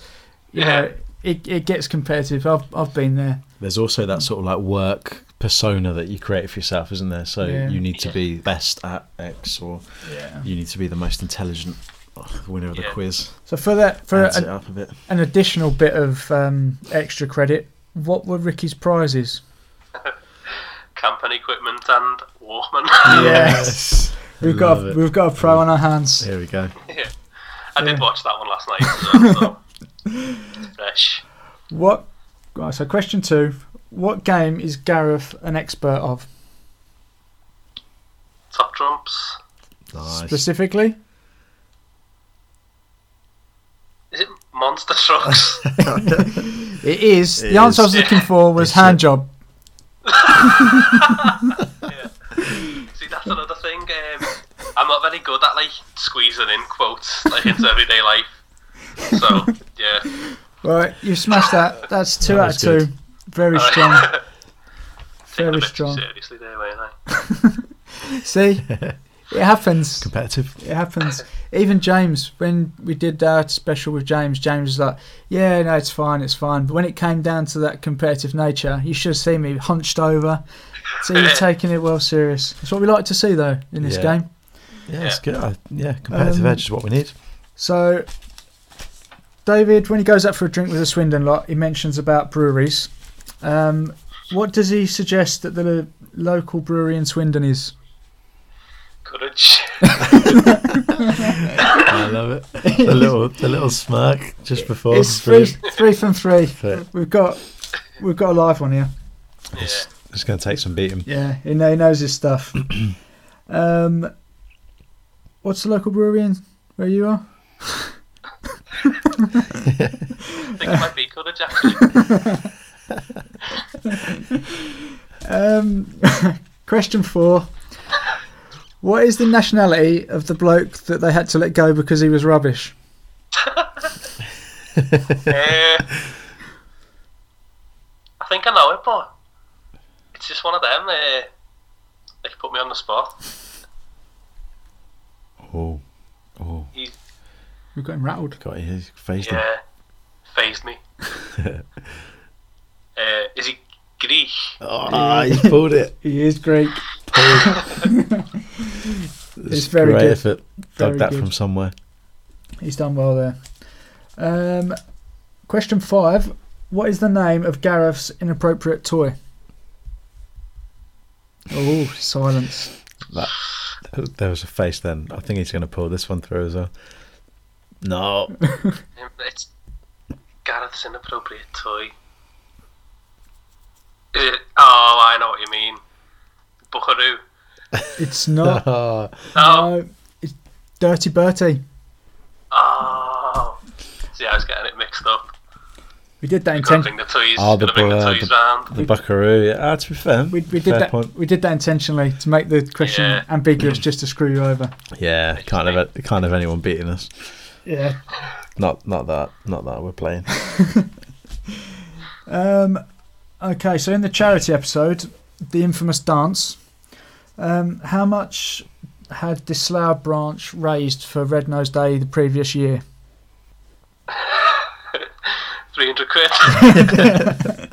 Speaker 3: you
Speaker 4: Yeah.
Speaker 3: know, it it gets competitive. I've I've been there.
Speaker 2: There's also
Speaker 3: Mm.
Speaker 2: that sort of like work persona that you create for yourself, isn't there? So
Speaker 3: Yeah.
Speaker 2: you need to be best at X, or
Speaker 3: Yeah.
Speaker 2: you need to be the most intelligent oh, winner of the
Speaker 4: Yeah.
Speaker 2: quiz.
Speaker 3: So for that for
Speaker 2: Adds it
Speaker 3: an,
Speaker 2: up a bit.
Speaker 3: an additional bit of um, extra credit, what were Ricky's prizes?
Speaker 4: Camping equipment and Walkman.
Speaker 3: Yes. We've got
Speaker 2: Love
Speaker 3: a,
Speaker 2: it.
Speaker 3: we've got a pro on our hands.
Speaker 2: Here we go.
Speaker 4: I did watch that one last night. as well, so. Fresh.
Speaker 3: What? Right, so question two: What game is Gareth an expert of
Speaker 4: Top trumps.
Speaker 2: Nice.
Speaker 3: specifically?
Speaker 4: Is it monster trucks?
Speaker 3: It is.
Speaker 2: It
Speaker 3: the answer I
Speaker 2: is.
Speaker 3: was looking for was
Speaker 2: It's a-
Speaker 3: hand job.
Speaker 4: See, that's another thing. Um, I I'm not very good at like squeezing in quotes like into everyday life. So yeah,
Speaker 3: Right, you smashed that. That's two
Speaker 2: That
Speaker 3: out of
Speaker 2: was
Speaker 3: two.
Speaker 2: good.
Speaker 3: Very strong.
Speaker 4: Taking
Speaker 3: Very
Speaker 4: a bit too
Speaker 3: strong.
Speaker 4: seriously there, weren't I?
Speaker 3: See, it happens.
Speaker 2: Competitive.
Speaker 3: It happens. Even James, when we did that special with James, James was like, "Yeah, no, it's fine, it's fine." But when it came down to that competitive nature, you should have seen me hunched over. So you're taking it well serious. That's what we like to see, though, in this
Speaker 2: Yeah.
Speaker 3: game.
Speaker 2: Yeah, it's good. I- yeah, competitive
Speaker 3: Um,
Speaker 2: edge is what we need.
Speaker 3: So, David, when he goes out for a drink with the Swindon lot, he mentions about breweries. Um, what does he suggest that the lo- local brewery in Swindon is?
Speaker 4: Courage.
Speaker 2: I love it. The little, the little smirk just before.
Speaker 3: It's
Speaker 2: the
Speaker 3: three,
Speaker 2: breeze.
Speaker 3: three from three.
Speaker 2: Fair.
Speaker 3: We've got, we've got a live one here.
Speaker 2: It's, it's going to take some beating.
Speaker 3: Yeah, he, know, he knows his stuff. um, what's the local brewery in where you are?
Speaker 4: I think it might be courage actually.
Speaker 3: Um, question four. What is the nationality of the bloke that they had to let go because he was rubbish?
Speaker 4: Uh, I think I know it, but it's just one of them. Uh, they put me on the spot.
Speaker 2: Oh, oh,
Speaker 4: He,
Speaker 3: We've got him rattled.
Speaker 2: got his phased him.
Speaker 4: yeah, phased me. uh, is he Greek?
Speaker 2: Oh, he's pulled it.
Speaker 3: He is Greek.
Speaker 2: It's
Speaker 3: very
Speaker 2: great
Speaker 3: good.
Speaker 2: effort.
Speaker 3: Very
Speaker 2: Dug that
Speaker 3: good.
Speaker 2: from somewhere.
Speaker 3: He's done well there. Um, question five. What is the name of Gareth's inappropriate toy? Oh, silence.
Speaker 2: That, there was a face then. I think he's going to pull this one through as well. No.
Speaker 4: Um, It's Gareth's inappropriate toy. Is it? Oh, I know what you mean. Buckaroo.
Speaker 3: It's not.
Speaker 2: Oh,
Speaker 4: No.
Speaker 3: no, it's Dirty Bertie.
Speaker 4: Oh. See, I was getting it mixed up.
Speaker 3: We did that
Speaker 4: Gotta
Speaker 3: intentionally.
Speaker 4: bring the toys.
Speaker 2: Ah, the
Speaker 4: gotta bring the
Speaker 2: bird.
Speaker 4: toys round.
Speaker 2: the buckaroo. Yeah, ah, to be fair,
Speaker 3: We, we did
Speaker 2: fair
Speaker 3: that.
Speaker 2: point.
Speaker 3: We did that intentionally to make the question
Speaker 4: Yeah.
Speaker 3: ambiguous, just to screw you over.
Speaker 2: Yeah, can't have it- can't have anyone beating us.
Speaker 3: Yeah.
Speaker 2: Not not that not that we're playing.
Speaker 3: Um, okay, so in the charity episode, the infamous dance. Um, how much had the Slough branch raised for Red Nose Day the previous year?
Speaker 4: 300 quid.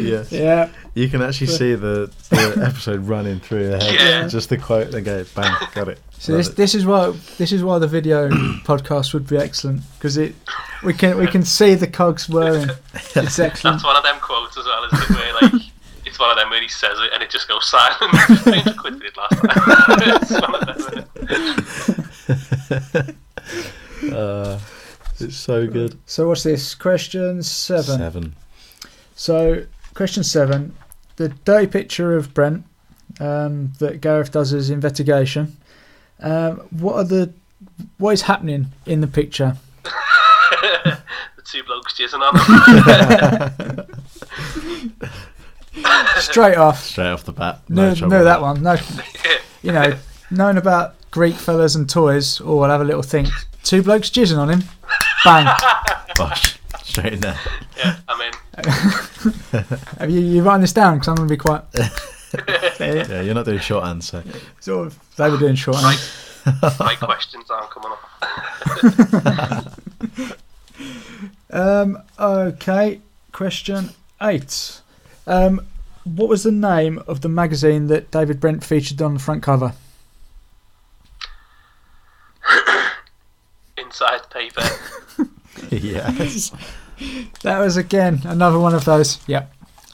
Speaker 2: yes.
Speaker 3: Yeah.
Speaker 2: You can actually see the, the episode running through their head.
Speaker 4: Yeah.
Speaker 2: Just the quote they go, bang, got it.
Speaker 3: So this this is why this is why the video podcast would be excellent because it we can we can see the cogs whirring. It's excellent.
Speaker 4: That's one of them quotes as well, isn't it? Where, like, it's one of them where he says it and it just goes silent. Just 300 quid did last time. it's one of them. isn't it?
Speaker 2: uh, it's so good.
Speaker 3: So what's this question
Speaker 2: Seven.
Speaker 3: So, question seven the dirty picture of Brent um, that Gareth does his investigation. Um, what are the what is happening in the picture?
Speaker 4: The two blokes jizzing on him.
Speaker 3: Straight off,
Speaker 2: Straight off the bat.
Speaker 3: no,
Speaker 2: trouble.
Speaker 3: no, that one, no. You know, knowing about Greek fellas and toys, or I'll have a little think. Two blokes jizzing on him, bang.
Speaker 2: Bosh. Straight in there.
Speaker 4: yeah, I mean,
Speaker 3: Have you you writing this down? Because I'm going to be quite
Speaker 2: Yeah, you're not doing shorthand, so.
Speaker 3: sort of. They were doing short.
Speaker 4: Right. my questions aren't coming up.
Speaker 3: Um, okay, question eight. Um, what was the name of the magazine that David Brent featured on the front cover?
Speaker 4: Inside paper.
Speaker 2: yes.
Speaker 3: That was again another one of those. Yep.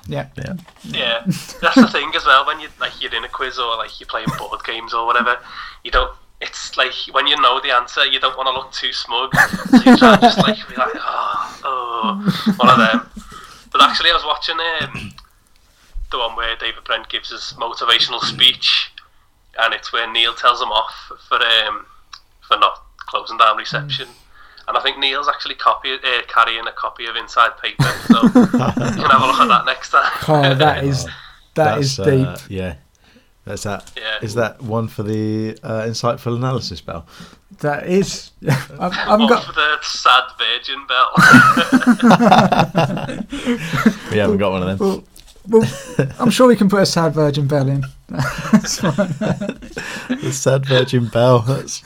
Speaker 3: Yep.
Speaker 2: Yeah.
Speaker 4: Yeah, that's the thing as well. When you like you're in a quiz or like you're playing board games or whatever, you don't. It's like when you know the answer, you don't want to look too smug, so you try and just like be like, oh, oh, one of them. But actually, I was watching um, the one where David Brent gives his motivational speech, and it's where Neil tells him off for um, for not closing down reception. And I think Neil's actually copy, uh, carrying a copy of Inside Paper, so you can have a look at that next time.
Speaker 3: Oh, that is that
Speaker 2: That's,
Speaker 3: is
Speaker 2: uh,
Speaker 3: deep.
Speaker 2: yeah. That's that.
Speaker 4: Yeah.
Speaker 2: Is that one for the uh, insightful analysis bell?
Speaker 3: That is, I've, I've
Speaker 4: Off
Speaker 3: got.
Speaker 4: Oh, the sad virgin bell.
Speaker 2: We haven't got one of them.
Speaker 3: Well, well, I'm sure we can put a sad virgin bell in. That's fine.
Speaker 2: The sad virgin bell. That's.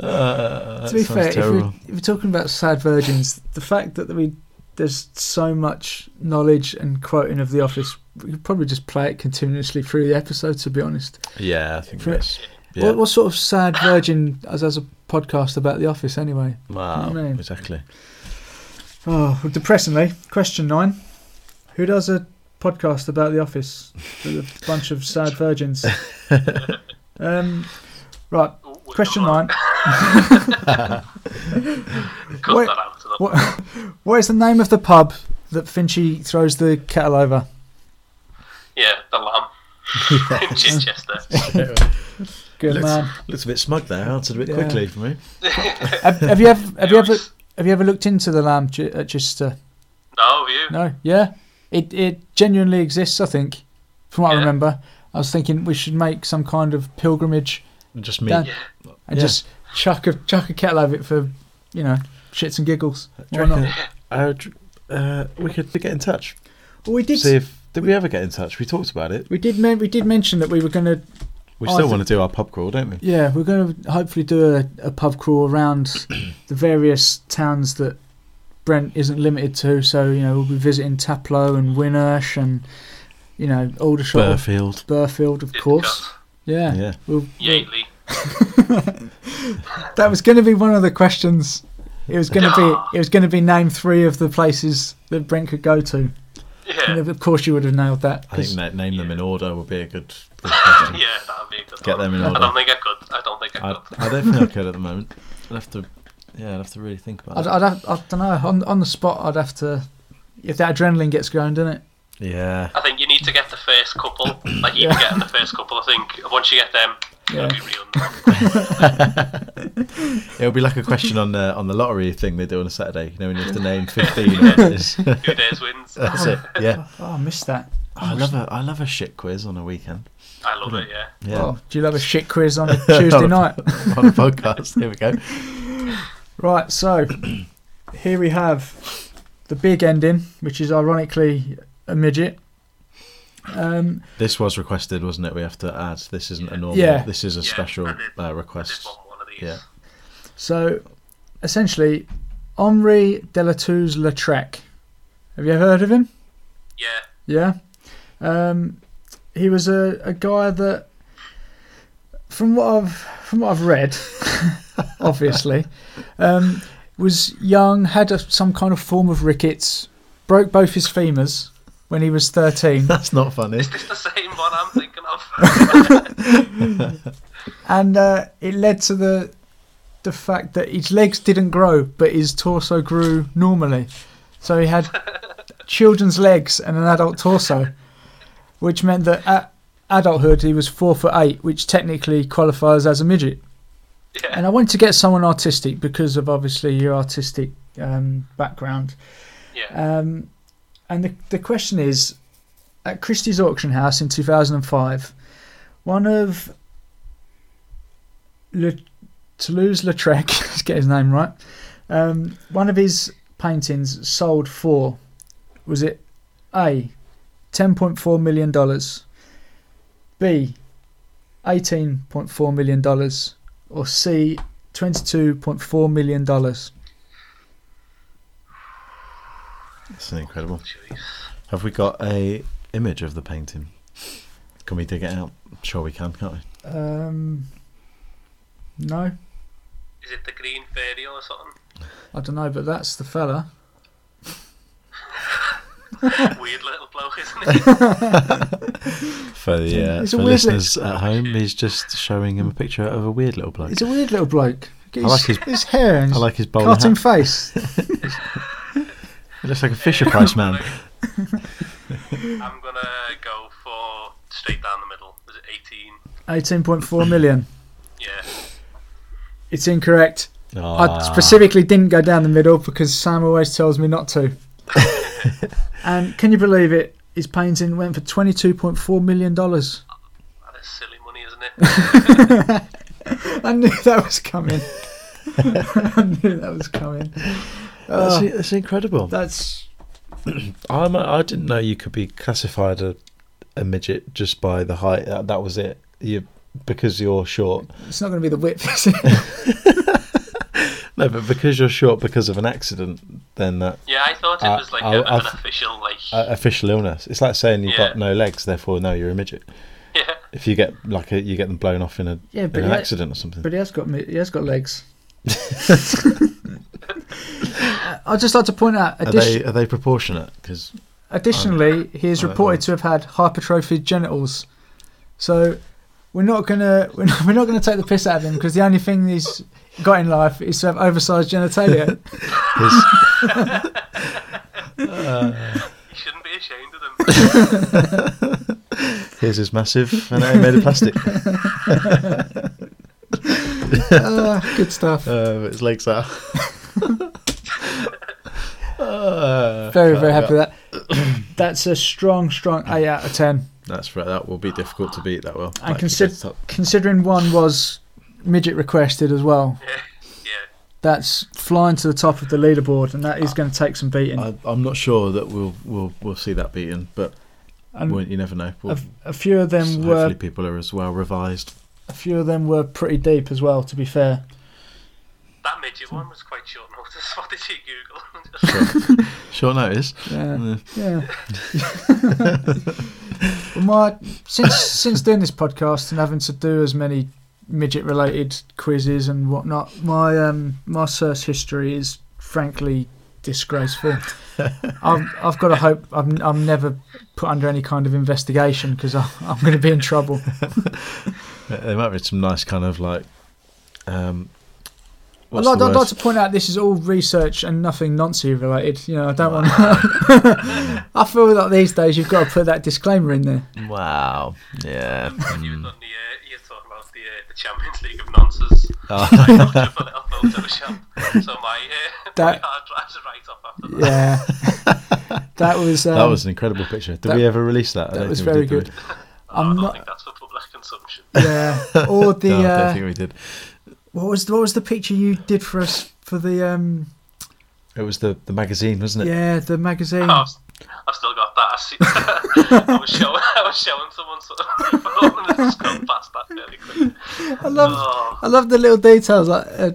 Speaker 2: Uh, that
Speaker 3: to be
Speaker 2: sounds
Speaker 3: fair, if
Speaker 2: terrible.
Speaker 3: we're, if we're talking about sad virgins, the fact that we there's so much knowledge and quoting of The Office, we could probably just play it continuously through the episode. To be honest,
Speaker 2: Yeah, I think
Speaker 3: For-
Speaker 2: that's. Yeah.
Speaker 3: what, what sort of sad virgin as as a podcast about The Office anyway?
Speaker 2: Wow,
Speaker 3: do you mean?
Speaker 2: exactly.
Speaker 3: Oh, well, depressingly, question nine: Who does a podcast about The Office with a bunch of sad virgins? um, right,
Speaker 4: Ooh, we
Speaker 3: question
Speaker 4: don't
Speaker 3: nine.
Speaker 4: know. Cut
Speaker 3: Wait,
Speaker 4: that out. so that-
Speaker 3: What, what is the name of the pub that Finchy throws the kettle over?
Speaker 4: Yeah, the lamb in Chichester.
Speaker 3: Good
Speaker 2: Looks-
Speaker 3: man.
Speaker 2: Looks a bit smug there. Answered a bit
Speaker 3: Yeah.
Speaker 2: quickly for me.
Speaker 3: Have, have you ever have you ever
Speaker 4: Nice.
Speaker 3: have you ever looked into the lamb Ch- at Chichester?
Speaker 4: No, you.
Speaker 3: No. Yeah. It it genuinely exists. I think, from what I
Speaker 4: Yeah.
Speaker 3: remember. I was thinking we should make some kind of pilgrimage
Speaker 2: Just me.
Speaker 3: down
Speaker 2: Do
Speaker 3: and
Speaker 2: Yeah.
Speaker 3: just chuck a chuck a kettle over it for you know shits and giggles.
Speaker 2: you
Speaker 3: Why
Speaker 2: reckon-
Speaker 3: not?
Speaker 2: uh, dr- uh, we could get in touch.
Speaker 3: Well, we did
Speaker 2: See if did we ever get in touch? We talked about it.
Speaker 3: we did men- we did mention that we were going to
Speaker 2: We
Speaker 3: Oh, I
Speaker 2: still
Speaker 3: thi-
Speaker 2: want to do our pub crawl, don't we?
Speaker 3: Yeah, we're going to hopefully do a, a pub crawl around the various towns that Brent isn't limited to. So, you know, we'll be visiting Taplow and Winnersh and, you know, Aldershot,
Speaker 2: Burfield.
Speaker 3: Burfield, of course. Yeah.
Speaker 2: Yeah.
Speaker 3: Well,
Speaker 4: Yately.
Speaker 3: that was going to be one of the questions. It was going to be it was going to be name three of the places that Brent could go to.
Speaker 4: Yeah,
Speaker 3: And of course, you would have nailed that.
Speaker 2: I think
Speaker 3: 'cause-
Speaker 2: na- name them in order would be a good. good question.
Speaker 4: yeah, that would be a good
Speaker 2: Get
Speaker 4: one.
Speaker 2: them in
Speaker 4: I
Speaker 2: order.
Speaker 4: don't think I could. I don't think I
Speaker 2: I,
Speaker 4: could.
Speaker 2: I don't think I could at the moment. I'd have to. Yeah, I'd have to really think about
Speaker 3: I'd,
Speaker 2: it.
Speaker 3: I'd have, I don't know. On on the spot, I'd have to. If that adrenaline gets going, doesn't it?
Speaker 2: Yeah.
Speaker 4: I think you need to get the first couple. Like you can get in the first couple. I think once you get them,
Speaker 3: Yeah.
Speaker 4: it'll be real. nuts.
Speaker 2: It'll be like a question on the on the lottery thing they do on a Saturday. You know, when you have to name fifteen. winners.
Speaker 4: Who dares wins?
Speaker 2: That's it. Yeah.
Speaker 3: Oh, I missed that.
Speaker 2: I love a I love a shit quiz on a weekend.
Speaker 4: I love it. Yeah.
Speaker 2: Yeah.
Speaker 3: Oh, do you love a shit quiz on a Tuesday night?
Speaker 2: on a podcast. Here we go.
Speaker 3: Right, so here we have the big ending, which is ironically a midget. Um,
Speaker 2: This was requested, wasn't it? We have to add. This isn't a normal.
Speaker 3: Yeah.
Speaker 2: This is a
Speaker 4: Yeah,
Speaker 2: special
Speaker 4: I did-
Speaker 2: uh,
Speaker 4: I did
Speaker 2: request.
Speaker 4: want one of these.
Speaker 2: Yeah.
Speaker 3: so essentially, Henri Delatour's Lautrec. Have you ever heard of him?
Speaker 4: Yeah.
Speaker 3: Yeah. Um, he was a, a guy that, from what I've from what I've read, obviously, um, was young, had a, some kind of form of rickets, broke both his femurs when he was thirteen,
Speaker 2: That's not funny.
Speaker 4: It's the same one I'm thinking of.
Speaker 3: and uh, it led to the the fact that his legs didn't grow, but his torso grew normally. So he had children's legs and an adult torso, which meant that at adulthood he was four foot eight, which technically qualifies as a midget.
Speaker 4: Yeah.
Speaker 3: And I wanted to get someone artistic because of obviously your artistic um, background.
Speaker 4: Yeah.
Speaker 3: Um, and the, the question is at Christie's auction house in 2005, one of Le, Toulouse Lautrec, let's get his name right, um, one of his paintings sold for, was it A, $10.4 million, B, $18.4 million, or C, $22.4 million?
Speaker 2: That's incredible.
Speaker 4: Jeez.
Speaker 2: Have we got a image of the painting? Can we dig it out? Sure, we can, can't we?
Speaker 3: Um, no,
Speaker 4: Is it the green fairy or something?
Speaker 3: I don't know, but that's the fella.
Speaker 4: Weird little bloke, isn't it?
Speaker 2: For the uh,
Speaker 3: It's a
Speaker 2: for
Speaker 3: weird
Speaker 2: listeners at home, he's just showing him a picture of a weird little bloke.
Speaker 3: He's a weird little bloke. Look at
Speaker 2: I
Speaker 3: His,
Speaker 2: like
Speaker 3: his hair and
Speaker 2: I
Speaker 3: his
Speaker 2: like his bowler
Speaker 3: cartoon
Speaker 2: hat.
Speaker 3: face.
Speaker 2: He looks like a Fisher Price man.
Speaker 4: I'm gonna go for straight down the middle. Is it 18?
Speaker 3: 18.4 million.
Speaker 4: Yeah.
Speaker 3: It's incorrect. I
Speaker 2: Ah,
Speaker 3: specifically didn't go down the middle because Sam always tells me not to. and can you believe it? His painting went for $22.4 million.
Speaker 4: That is It's Ah, silly money, isn't it?
Speaker 3: I knew that was coming. I knew that was coming.
Speaker 2: That's,
Speaker 3: Oh,
Speaker 2: that's incredible.
Speaker 3: that's
Speaker 2: Ah. I'm, I didn't know you could be classified a, a midget just by the height. That, that was it. You because you're short.
Speaker 3: it's not going to be the width, is it?
Speaker 2: No, but because you're short because of an accident, then that
Speaker 4: yeah, I thought it
Speaker 3: Uh,
Speaker 2: I-
Speaker 4: was like
Speaker 2: I-
Speaker 4: a, an
Speaker 2: I've-
Speaker 4: official like.
Speaker 2: uh, official illness. It's like saying you've
Speaker 4: Yeah.
Speaker 2: got no legs, therefore no, you're a midget.
Speaker 4: yeah,
Speaker 2: If you get like a, you get them blown off in a
Speaker 3: Yeah,
Speaker 2: in
Speaker 3: but
Speaker 2: an
Speaker 3: like-
Speaker 2: accident or something.
Speaker 3: But he has got mi- he has got legs. Uh, I'd just like to point out,
Speaker 2: are
Speaker 3: addi-
Speaker 2: they are they proportionate? Because
Speaker 3: additionally, he is
Speaker 2: I don't
Speaker 3: reported
Speaker 2: know.
Speaker 3: to have had hypertrophied genitals. So we're not gonna we're not, we're not gonna take the piss out of him because the only thing he's got in life is to have oversized genitalia.
Speaker 4: you shouldn't be ashamed of them.
Speaker 2: his is massive and I made of plastic.
Speaker 3: Ah, good stuff.
Speaker 2: Uh, its legs are. Uh,
Speaker 3: Very very happy with that. That's a strong strong eight out of ten.
Speaker 2: That's right. That will be difficult to beat. That will.
Speaker 3: And
Speaker 2: That
Speaker 3: consider-
Speaker 2: could be tough.
Speaker 3: Considering one was midget requested as well,
Speaker 4: yeah,
Speaker 3: that's flying to the top of the leaderboard, and that is going to take some beating.
Speaker 2: I, I'm not sure that we'll we'll we'll see that beaten, but
Speaker 3: And-
Speaker 2: we- you never know. We'll,
Speaker 3: a, a few of them
Speaker 2: hopefully,
Speaker 3: were
Speaker 2: people are as well revised.
Speaker 3: a few of them were pretty deep as well. To be fair,
Speaker 4: that midget one was quite short notice. What did you Google? Just-
Speaker 2: Short notice. Mm.
Speaker 3: yeah, yeah. well, my since since doing this podcast and having to do as many midget related quizzes and whatnot, my um my search history is frankly disgraceful. I've I've got to hope I'm I'm never put under any kind of investigation because I'm going to be in trouble.
Speaker 2: Uh, There might be some nice kind of like. Um,
Speaker 3: I'd
Speaker 2: what's
Speaker 3: like,
Speaker 2: the
Speaker 3: I'd
Speaker 2: word?
Speaker 3: like to point out this is all research and nothing Nancy related. You know, I don't want. I feel like these days you've got to put that disclaimer in there.
Speaker 2: Wow. Yeah.
Speaker 4: You were done the, uh, you were talking about the, uh, the Champions League of nonsense.
Speaker 3: Oh.
Speaker 4: I looked up a little Photoshop, so my, uh,
Speaker 3: That-
Speaker 4: my hard drive's right off after that.
Speaker 3: Yeah, that was. Um,
Speaker 2: that was an incredible picture. Did
Speaker 3: that-
Speaker 2: we ever release that? I
Speaker 3: that
Speaker 2: don't
Speaker 3: was
Speaker 2: think we
Speaker 3: very
Speaker 2: did,
Speaker 3: good.
Speaker 2: did we?
Speaker 4: I
Speaker 3: I'm
Speaker 4: don't
Speaker 3: not.
Speaker 4: think that's for public consumption.
Speaker 3: Yeah, or the
Speaker 2: No, I don't
Speaker 3: uh,
Speaker 2: think we did.
Speaker 3: what was what was the picture you did for us for the um
Speaker 2: It was the, the magazine, wasn't it?
Speaker 3: yeah the magazine.
Speaker 4: I've, I've still got that. I, see, I, was showing, I was showing someone sort of and I just gone past that really quick.
Speaker 3: I love
Speaker 4: Oh,
Speaker 3: I love the little details like uh,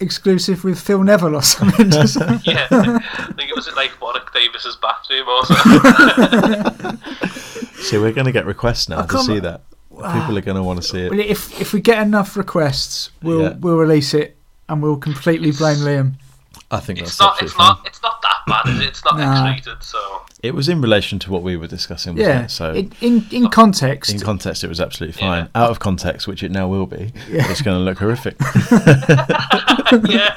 Speaker 3: exclusive with Phil Neville or something. Just-
Speaker 4: yeah. I think it was in like Warwick Davis's bathroom or something.
Speaker 2: See, we're going to get requests now to
Speaker 3: can't- Ah.
Speaker 2: see that. People are going to want to see
Speaker 3: Well,
Speaker 2: it.
Speaker 3: if if we get enough requests, we'll
Speaker 2: Yeah.
Speaker 3: we'll release it and we'll completely blame Liam.
Speaker 2: I think
Speaker 4: It's
Speaker 2: that's
Speaker 4: not,
Speaker 2: absolutely
Speaker 4: it's
Speaker 2: fine.
Speaker 4: not, it's not that bad, is it? It's not
Speaker 3: Nah.
Speaker 4: X-rated, so
Speaker 2: It was in relation to what we were discussing, wasn't
Speaker 3: Yeah.
Speaker 2: it? So
Speaker 3: in, in in context,
Speaker 2: in context, it was absolutely fine. Out of context, which it now will be, it's going to look horrific.
Speaker 4: yeah.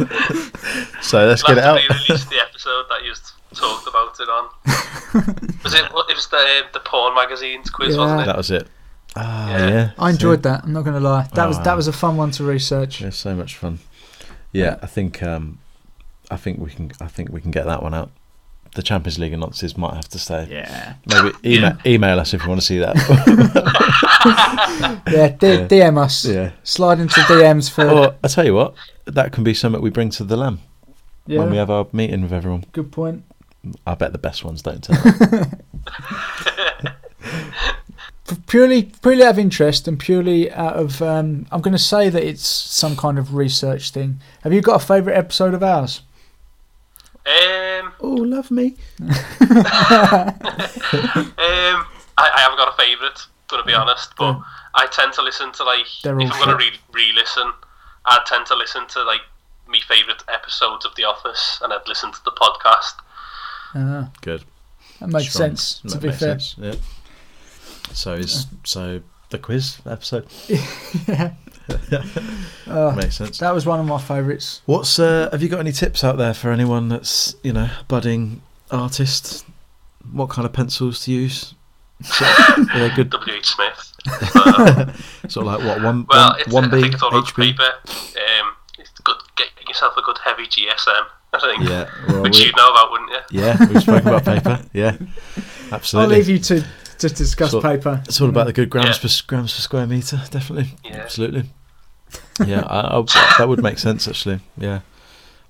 Speaker 2: So let's get
Speaker 4: Glad
Speaker 2: it out.
Speaker 4: to be released the episode that you talked about it on. was it? It was the the porn magazines quiz,
Speaker 3: Yeah.
Speaker 4: wasn't it?
Speaker 2: That was it. Ah, yeah.
Speaker 4: Yeah.
Speaker 3: I enjoyed that. I'm not going to lie. That was
Speaker 2: Oh,
Speaker 3: that
Speaker 2: yeah.
Speaker 3: was a fun one to research.
Speaker 2: It was so much fun. Yeah, I think um, I think we can. I think we can get that one out. The Champions League announcers might have to stay.
Speaker 3: Yeah,
Speaker 2: Maybe email, email us if you want to see that.
Speaker 3: yeah. D- DM us.
Speaker 2: yeah.
Speaker 3: Slide into DMs for
Speaker 2: Or I tell you what, that can be something we bring to the lamb
Speaker 3: yeah.
Speaker 2: when we have our meeting with everyone.
Speaker 3: Good point.
Speaker 2: I bet the best ones don't turn up.
Speaker 3: For purely purely out of interest and purely out of um, I'm going to say that it's some kind of research thing. Have you got a favourite episode of ours?
Speaker 4: Um,
Speaker 2: oh, love me.
Speaker 4: um, I, I haven't got a favourite. Gonna be honest, but
Speaker 2: Hmm.
Speaker 4: I tend to listen to like if
Speaker 3: They're all
Speaker 4: I'm gonna re
Speaker 3: shit.
Speaker 4: re-listen, I tend to listen to like my favourite episodes of The Office, and I'd listen to the podcast.
Speaker 3: Uh,
Speaker 2: Good.
Speaker 3: that makes
Speaker 2: Strong.
Speaker 3: sense. To
Speaker 2: That
Speaker 3: be
Speaker 2: makes
Speaker 3: fair,
Speaker 2: sense, Yeah. So is so the quiz episode makes sense.
Speaker 3: that was one of my favourites.
Speaker 2: What's uh, have you got any tips out there for anyone that's you know budding artist? What kind of pencils to use? Sort of- Are they good?
Speaker 4: W. H. Smith.
Speaker 2: Sort of like what one
Speaker 4: Well,
Speaker 2: one-
Speaker 4: it's,
Speaker 2: one
Speaker 4: I
Speaker 2: B
Speaker 4: think it's all on the
Speaker 2: HB?
Speaker 4: paper. Um, it's good. Get yourself a good heavy GSM. I think.
Speaker 2: Yeah, well,
Speaker 4: Which
Speaker 2: we,
Speaker 4: you'd know about, wouldn't you?
Speaker 2: yeah, we spoke about paper. Yeah,
Speaker 3: I'll
Speaker 2: absolutely.
Speaker 3: leave you to Just discuss
Speaker 2: Sort-
Speaker 3: paper.
Speaker 2: It's all about the good grams
Speaker 4: Yeah.
Speaker 2: per grams per square meter, definitely,
Speaker 4: Yeah.
Speaker 2: absolutely. Yeah, I, I, that would make sense actually. Yeah.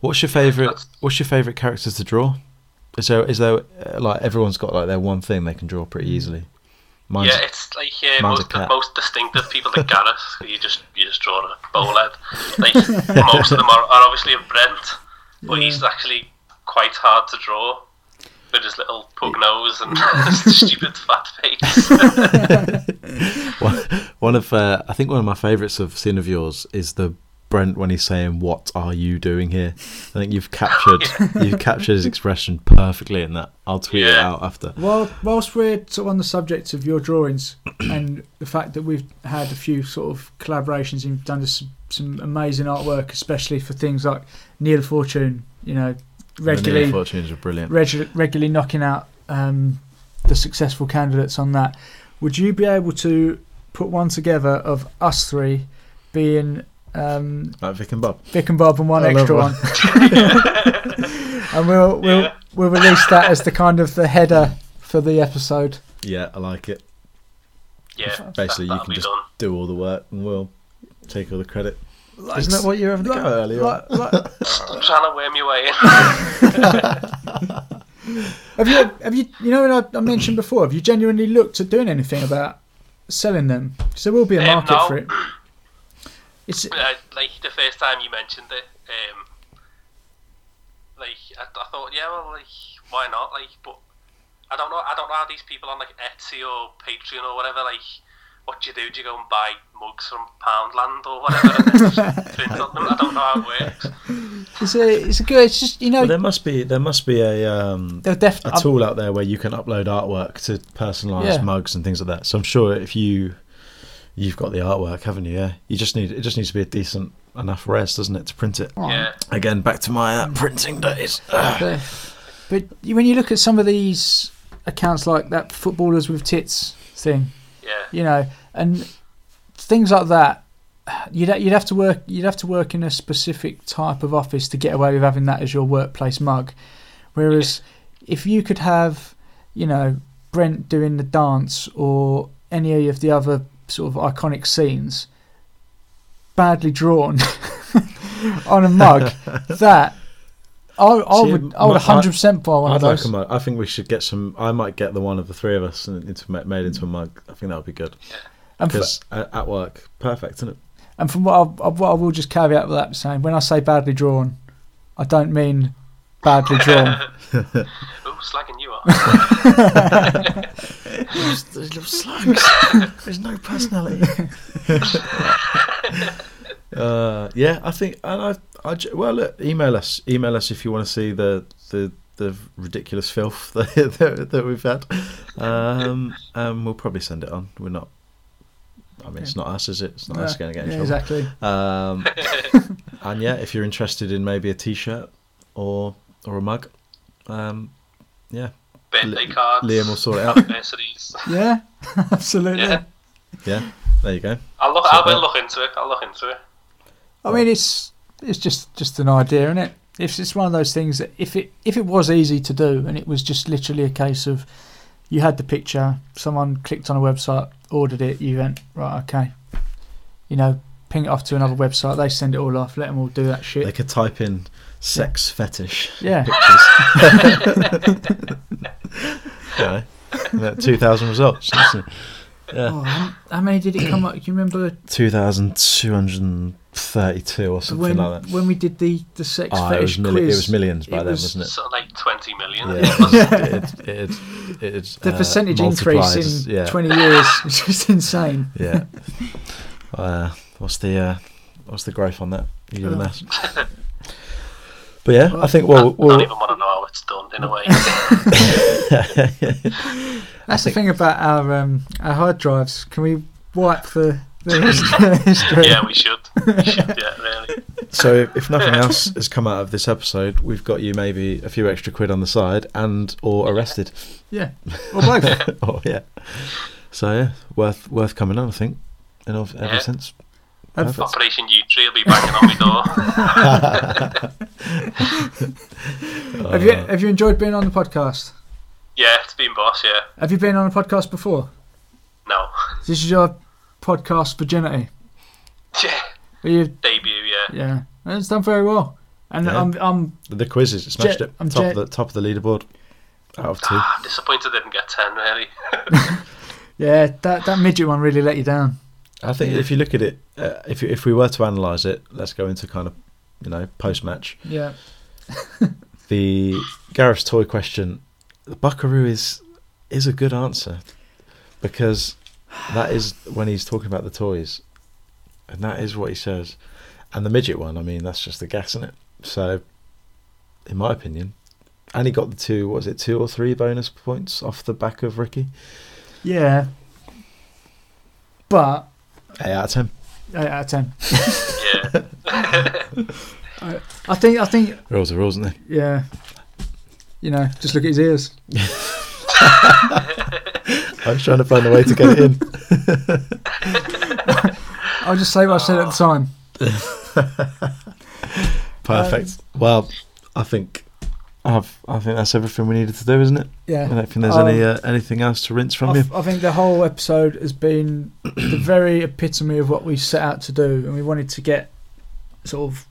Speaker 2: What's your favorite? What's your favorite characters to draw? Is there is there uh, like everyone's got like their one thing they can draw pretty easily? Mine's,
Speaker 4: Hmm. yeah, it's like yeah,
Speaker 2: mine's a
Speaker 4: most the
Speaker 2: cat.
Speaker 4: most distinctive people that Gareth. you just you just draw a bowlhead. Like most of them are, are obviously a Brent, but he's actually quite hard to draw with his little pug nose and his stupid fat face.
Speaker 2: one, one of uh, I think one of my favourites of seen of yours is the Brent when he's saying "What are you doing here?" I think you've captured you've captured his expression perfectly in that. I'll tweet it
Speaker 4: Yeah.
Speaker 2: out after.
Speaker 3: While, whilst we're sort of on the subject of your drawings and the fact that we've had a few sort of collaborations, you've done this, some amazing artwork, especially for things like Neil Fortune, you know,
Speaker 2: Vanilla
Speaker 3: regularly
Speaker 2: Fortunes are brilliant.
Speaker 3: regu- regularly knocking out um, the successful candidates on that. Would you be able to put one together of us three being um,
Speaker 2: Like Vic and Bob.
Speaker 3: Vic and Bob and one
Speaker 2: I love
Speaker 3: extra one,
Speaker 2: one.
Speaker 3: and we'll we'll
Speaker 4: Yeah.
Speaker 3: we'll release that as the kind of the header for the episode.
Speaker 2: Yeah, I like it.
Speaker 4: yeah,
Speaker 2: Basically,
Speaker 4: that,
Speaker 2: you
Speaker 4: will
Speaker 2: can
Speaker 4: be
Speaker 2: just
Speaker 4: done.
Speaker 2: do all the work and we'll take all the credit.
Speaker 3: Like-
Speaker 2: Isn't that what you were having a
Speaker 3: like-
Speaker 2: go earlier?
Speaker 3: like- like-
Speaker 4: I'm trying to worm your way in.
Speaker 3: have you have you you know what I, I mentioned before? Have you genuinely looked at doing anything about selling them? Because there will be a
Speaker 4: Um,
Speaker 3: market
Speaker 4: no.
Speaker 3: for it. It's
Speaker 4: uh, like the first time you mentioned it, um, like I, I thought, yeah, well, like why not? Like, but I don't know. I don't know how these people on like Etsy or Patreon or whatever. Like, what do you do? Do you go and buy mugs from Poundland or whatever? and just print on them? I don't know how it works.
Speaker 3: it's a it's a good. It's just you know
Speaker 2: Well, there must be there must be a um,
Speaker 3: they'll def-
Speaker 2: a
Speaker 3: I'm-
Speaker 2: tool out there where you can upload artwork to personalised
Speaker 3: Yeah.
Speaker 2: mugs and things like that. So I'm sure if you you've got the artwork, haven't you? Yeah, you just need it just needs to be a decent enough res, doesn't it, to print it?
Speaker 4: Yeah,
Speaker 2: Again, back to my uh, printing days.
Speaker 3: But, but you- when you look at some of these accounts like that footballers with tits thing,
Speaker 4: yeah.
Speaker 3: you know, and things like that, you'd ha- you'd have to work you'd have to work in a specific type of office to get away with having that as your workplace mug. Whereas if you could have, you know, Brent doing the dance or any of the other sort of iconic scenes badly drawn on a mug, that I, I
Speaker 2: See,
Speaker 3: would I would
Speaker 2: my-
Speaker 3: 100% buy one of
Speaker 2: I'd like
Speaker 3: those.
Speaker 2: a mug. I think we should get some. I might get the one of the three of us and into, made into a mug. I think that would be good
Speaker 3: and, f-
Speaker 2: because uh, at work, perfect, isn't it?
Speaker 3: and from what I, what I will just caveat with that by saying, when I say badly drawn, I don't mean badly drawn.
Speaker 4: Ooh, slagging you off.
Speaker 2: There's little slugs. There's no personality. uh, yeah, I think, and I, I, j- well, look, email us, email us if you want to see the the, the ridiculous filth that, that, that we've had. Um, um, we'll probably send it on. We're not. I mean, it's not us, is it? It's not us
Speaker 3: Yeah,
Speaker 2: going to get in
Speaker 3: yeah,
Speaker 2: trouble.
Speaker 3: exactly.
Speaker 2: Um, and yeah, if you're interested in maybe a T-shirt or or a mug, um, yeah,
Speaker 4: Birthday cards.
Speaker 2: Liam will sort it out.
Speaker 4: Anniversaries.
Speaker 3: Yeah, absolutely.
Speaker 4: Yeah.
Speaker 2: Yeah, there you go.
Speaker 4: I'll look. I
Speaker 2: Sort
Speaker 4: will
Speaker 2: out.
Speaker 4: look into it. I'll look into it.
Speaker 3: I mean, it's it's just just an idea, isn't it? It's it's one of those things that if it if it was easy to do and it was just literally a case of you had the picture, someone clicked on a website, ordered it, you went right, okay, you know, ping it off to another website, they send it all off, let them all do that
Speaker 2: They
Speaker 3: shit.
Speaker 2: could type in sex fetish.
Speaker 3: Yeah,
Speaker 2: Yeah. 2000 results.
Speaker 3: Oh, how many did it come up? Do you remember
Speaker 2: 2232 or something
Speaker 3: when
Speaker 2: like that.
Speaker 3: when we did the the sex
Speaker 2: Ah, it,
Speaker 3: fetish
Speaker 2: was milli-
Speaker 3: quiz?
Speaker 2: it was millions by
Speaker 3: It
Speaker 2: then,
Speaker 3: was-
Speaker 2: wasn't it?
Speaker 4: Sort of like twenty million.
Speaker 2: Yeah, it, it, it, it, it,
Speaker 3: the
Speaker 2: uh,
Speaker 3: percentage
Speaker 2: multiplied,
Speaker 3: increase in
Speaker 2: yeah,
Speaker 3: 20 years is just insane.
Speaker 2: Yeah. Uh, what's the uh, what's the growth on that? You do the
Speaker 3: Uh.
Speaker 2: maths. But yeah, I think we'll,
Speaker 4: I don't
Speaker 2: we'll
Speaker 4: even want to know how it's done in a way.
Speaker 3: That's the thing about our um, our hard drives. Can we wipe the, the hist- history?
Speaker 4: yeah, we should. We should. Yeah, really.
Speaker 2: So, if, if nothing else has come out of this episode, we've got you maybe a few extra quid on the side and or arrested.
Speaker 3: Yeah. Or both.
Speaker 2: oh yeah. So yeah, worth worth coming on, I think, in all, every
Speaker 4: Yeah.
Speaker 2: sense.
Speaker 3: And-
Speaker 2: Perfect.
Speaker 4: Operation U Tree will be banging on my door.
Speaker 3: have you have you enjoyed being on the podcast?
Speaker 4: Yeah, it's been boss. Yeah,
Speaker 3: Have you been on a podcast before?
Speaker 4: no,
Speaker 3: This is your podcast virginity.
Speaker 4: yeah,
Speaker 3: Are you?
Speaker 4: debut. Yeah,
Speaker 3: Yeah, it's done very well. And
Speaker 2: Yeah.
Speaker 3: I'm, I'm,
Speaker 2: The quiz is smashed
Speaker 3: Jet-
Speaker 2: it.
Speaker 3: I'm
Speaker 2: top
Speaker 3: Jet-
Speaker 2: of the top of the leaderboard. Ah, Out of two.
Speaker 4: I'm disappointed I didn't get ten. Really,
Speaker 3: yeah, that that midget one really let you down.
Speaker 2: I think if you look at it, uh, if you, if we were to analyse it, let's go into kind of you know post match.
Speaker 3: Yeah,
Speaker 2: The Gareth's toy question, the Buckaroo is is a good answer because that is when he's talking about the toys, and that is what he says. And the midget one, I mean, that's just the gas in it. So, in my opinion, and he got the two. What was it, two or three bonus points off the back of Ricky?
Speaker 3: yeah. But
Speaker 2: Eight out of ten.
Speaker 3: eight out of ten.
Speaker 4: yeah,
Speaker 3: I think I think
Speaker 2: Rules are rules, aren't they?
Speaker 3: yeah. You know, just look at his ears.
Speaker 2: I was trying to find a way to get it in.
Speaker 3: I'll just say what I said at the time.
Speaker 2: Perfect. well, I think I've, I think that's everything we needed to do, isn't it?
Speaker 3: Yeah.
Speaker 2: I don't think there's
Speaker 3: Um,
Speaker 2: any uh, anything else to rinse from
Speaker 3: I,
Speaker 2: you.
Speaker 3: I think the whole episode has been the very epitome of what we set out to do, and we wanted to get sort of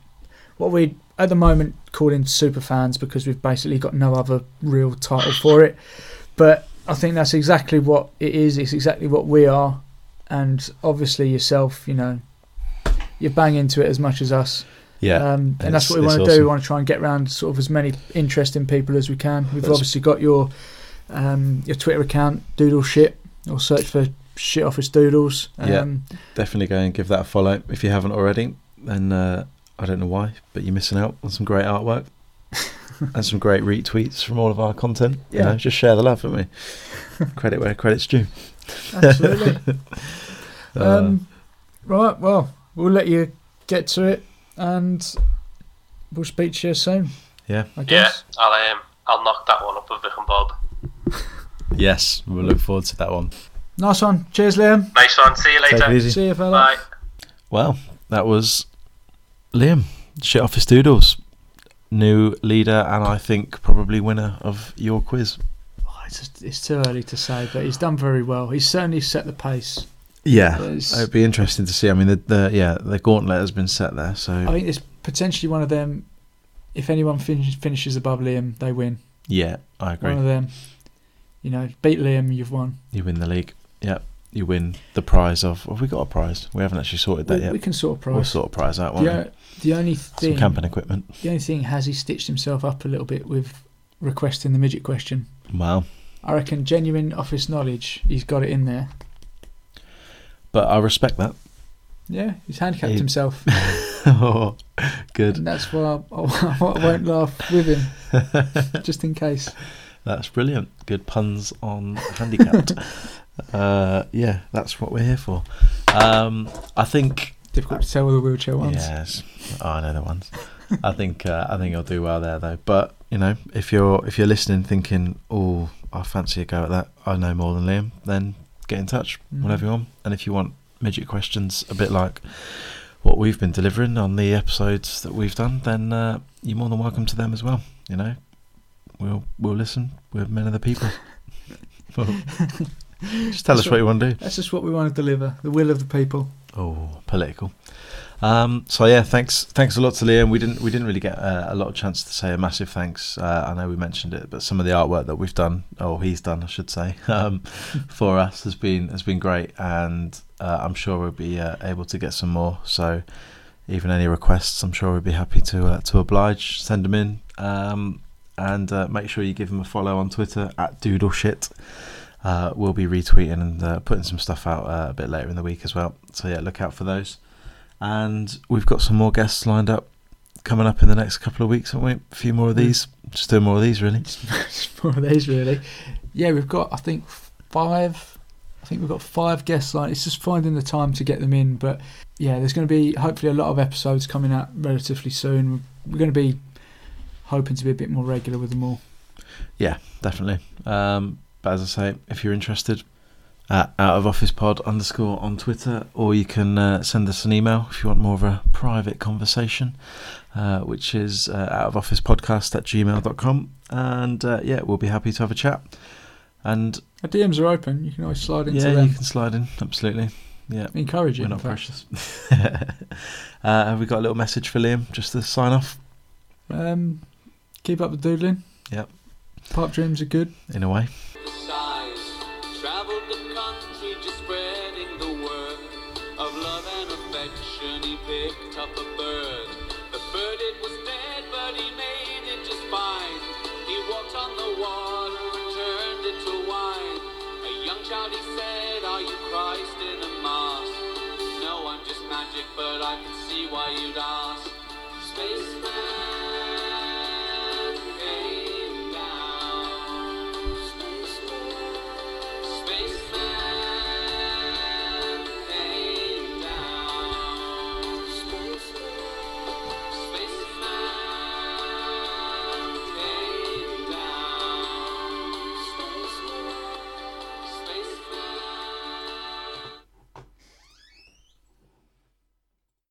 Speaker 3: what we at the moment call in super fans because we've basically got no other real title for it. But I think that's exactly what it is. It's exactly what we are, and obviously yourself, you know, you bang into it as much as us.
Speaker 2: Yeah,
Speaker 3: Um, and
Speaker 2: it's-
Speaker 3: that's what we
Speaker 2: it's
Speaker 3: want to do.
Speaker 2: awesome.
Speaker 3: We want to try and get around sort of as many interesting people as we can. We've
Speaker 2: That's-
Speaker 3: obviously got your um, your Twitter account, Doodle Shit, or search for Shit Office Doodles.
Speaker 2: Yeah.
Speaker 3: Um,
Speaker 2: definitely go and give that a follow if you haven't already. Then uh, I don't know why, but you're missing out on some great artwork and some great retweets from all of our content. You
Speaker 3: Yeah.
Speaker 2: know, just share the love, haven't we? Credit where credit's due.
Speaker 3: Absolutely.
Speaker 2: Uh,
Speaker 3: um, right. Well, we'll let you get to it, and we'll speak to you soon.
Speaker 2: Yeah.
Speaker 3: I
Speaker 4: yeah.
Speaker 3: guess.
Speaker 4: I'll um, I'll knock that one up with Vic and Bob.
Speaker 2: yes, we'll look forward to that one.
Speaker 3: Nice one. Cheers, Liam.
Speaker 4: Nice one. See you
Speaker 2: Take it
Speaker 4: later.
Speaker 2: easy.
Speaker 3: See you, fella.
Speaker 4: Bye.
Speaker 2: Well, that was Liam, shit office doodles, new leader, and I think probably winner of your quiz.
Speaker 3: Oh, it's, just- it's too early to say, but he's done very well. He's certainly set the pace.
Speaker 2: Yeah,
Speaker 3: Yes.
Speaker 2: it'd be interesting to see. I mean, the, the yeah, the gauntlet has been set there,
Speaker 3: I
Speaker 2: so
Speaker 3: think it's potentially one of them. If anyone fin- finishes above Liam, they win.
Speaker 2: yeah, I
Speaker 3: One
Speaker 2: agree.
Speaker 3: of them. You know, beat Liam, you've won.
Speaker 2: You win the league. Yeah, you win the prize of. Have we got a prize? We haven't actually sorted that
Speaker 3: We,
Speaker 2: yet.
Speaker 3: we can sort of
Speaker 2: We'll
Speaker 3: prize.
Speaker 2: sort of prize out, won't
Speaker 3: the, o- the only
Speaker 2: we? Some
Speaker 3: thing,
Speaker 2: camping equipment.
Speaker 3: the only thing, has he stitched himself up a little bit with requesting the midget question.
Speaker 2: Well,
Speaker 3: I reckon genuine office knowledge. He's got it in there.
Speaker 2: but I respect that.
Speaker 3: Yeah, he's handicapped
Speaker 2: He-
Speaker 3: himself,
Speaker 2: oh, good.
Speaker 3: and that's why I, I won't laugh with him, just in case.
Speaker 2: That's brilliant. Good puns on handicapped. uh, yeah, that's what we're here for. Um, I think.
Speaker 3: Difficult to tell with the wheelchair ones.
Speaker 2: Yes, oh, I know the ones. I think uh, I think you'll do well there though. But you know, if you're if you're listening, thinking, oh, I fancy a go at that. I know more than Liam. Then get in touch
Speaker 3: Mhm.
Speaker 2: whenever you want. And if you want midget questions, a bit like what we've been delivering on the episodes that we've done, then uh, you're more than welcome to them as well. You know, we'll we'll listen. We're men of the people. Just tell
Speaker 3: That's
Speaker 2: us what you want to do.
Speaker 3: That's just what we want to deliver: the will of the people.
Speaker 2: Oh, political. Um, so yeah, thanks, thanks a lot to Liam. We didn't, we didn't really get uh, a lot of chance to say a massive thanks. Uh, I know we mentioned it, but some of the artwork that we've done, or he's done, I should say, um, for us has been has been great, and uh, I'm sure we'll be uh, able to get some more. So even any requests, I'm sure we'd be happy to uh, to oblige. Send them in, um, and uh, make sure you give him a follow on Twitter at Doodle Shit uh, we'll be retweeting and uh, putting some stuff out uh, a bit later in the week as well. So yeah, look out for those. And we've got some more guests lined up coming up in the next couple of weeks, haven't we? A few more of these. Just doing more of these, really.
Speaker 3: It's more of these really. Yeah, we've got I think five. I think we've got five guests line. It's just finding the time to get them in, but yeah, there's going to be hopefully a lot of episodes coming out relatively soon. We're going to be hoping to be a bit more regular with them all.
Speaker 2: Definitely. Um, but as I say, if you're interested, at out of office pod underscore on Twitter, or you can uh, send us an email if you want more of a private conversation, uh, which is uh, out of office podcast at gmail.com. And uh, yeah, we'll be happy to have a chat. And
Speaker 3: Our DMs are open. You can always slide into
Speaker 2: yeah,
Speaker 3: them.
Speaker 2: you can slide in, absolutely. Yeah,
Speaker 3: Encourage it.
Speaker 2: we're
Speaker 3: in
Speaker 2: not
Speaker 3: fact.
Speaker 2: precious. uh, have we got a little message for Liam just to sign off?
Speaker 3: Um, keep up the doodling.
Speaker 2: Yep.
Speaker 3: Pipe dreams are good.
Speaker 2: In a way.
Speaker 5: size. Traveled the country just spreading the word of love and affection. He picked up a bird. The bird, it was dead, but he made it just fine. He walked on the water and turned it to wine. A young child, he said, Are you Christ in a mask? No, I'm just magic, but I can see why you'd ask.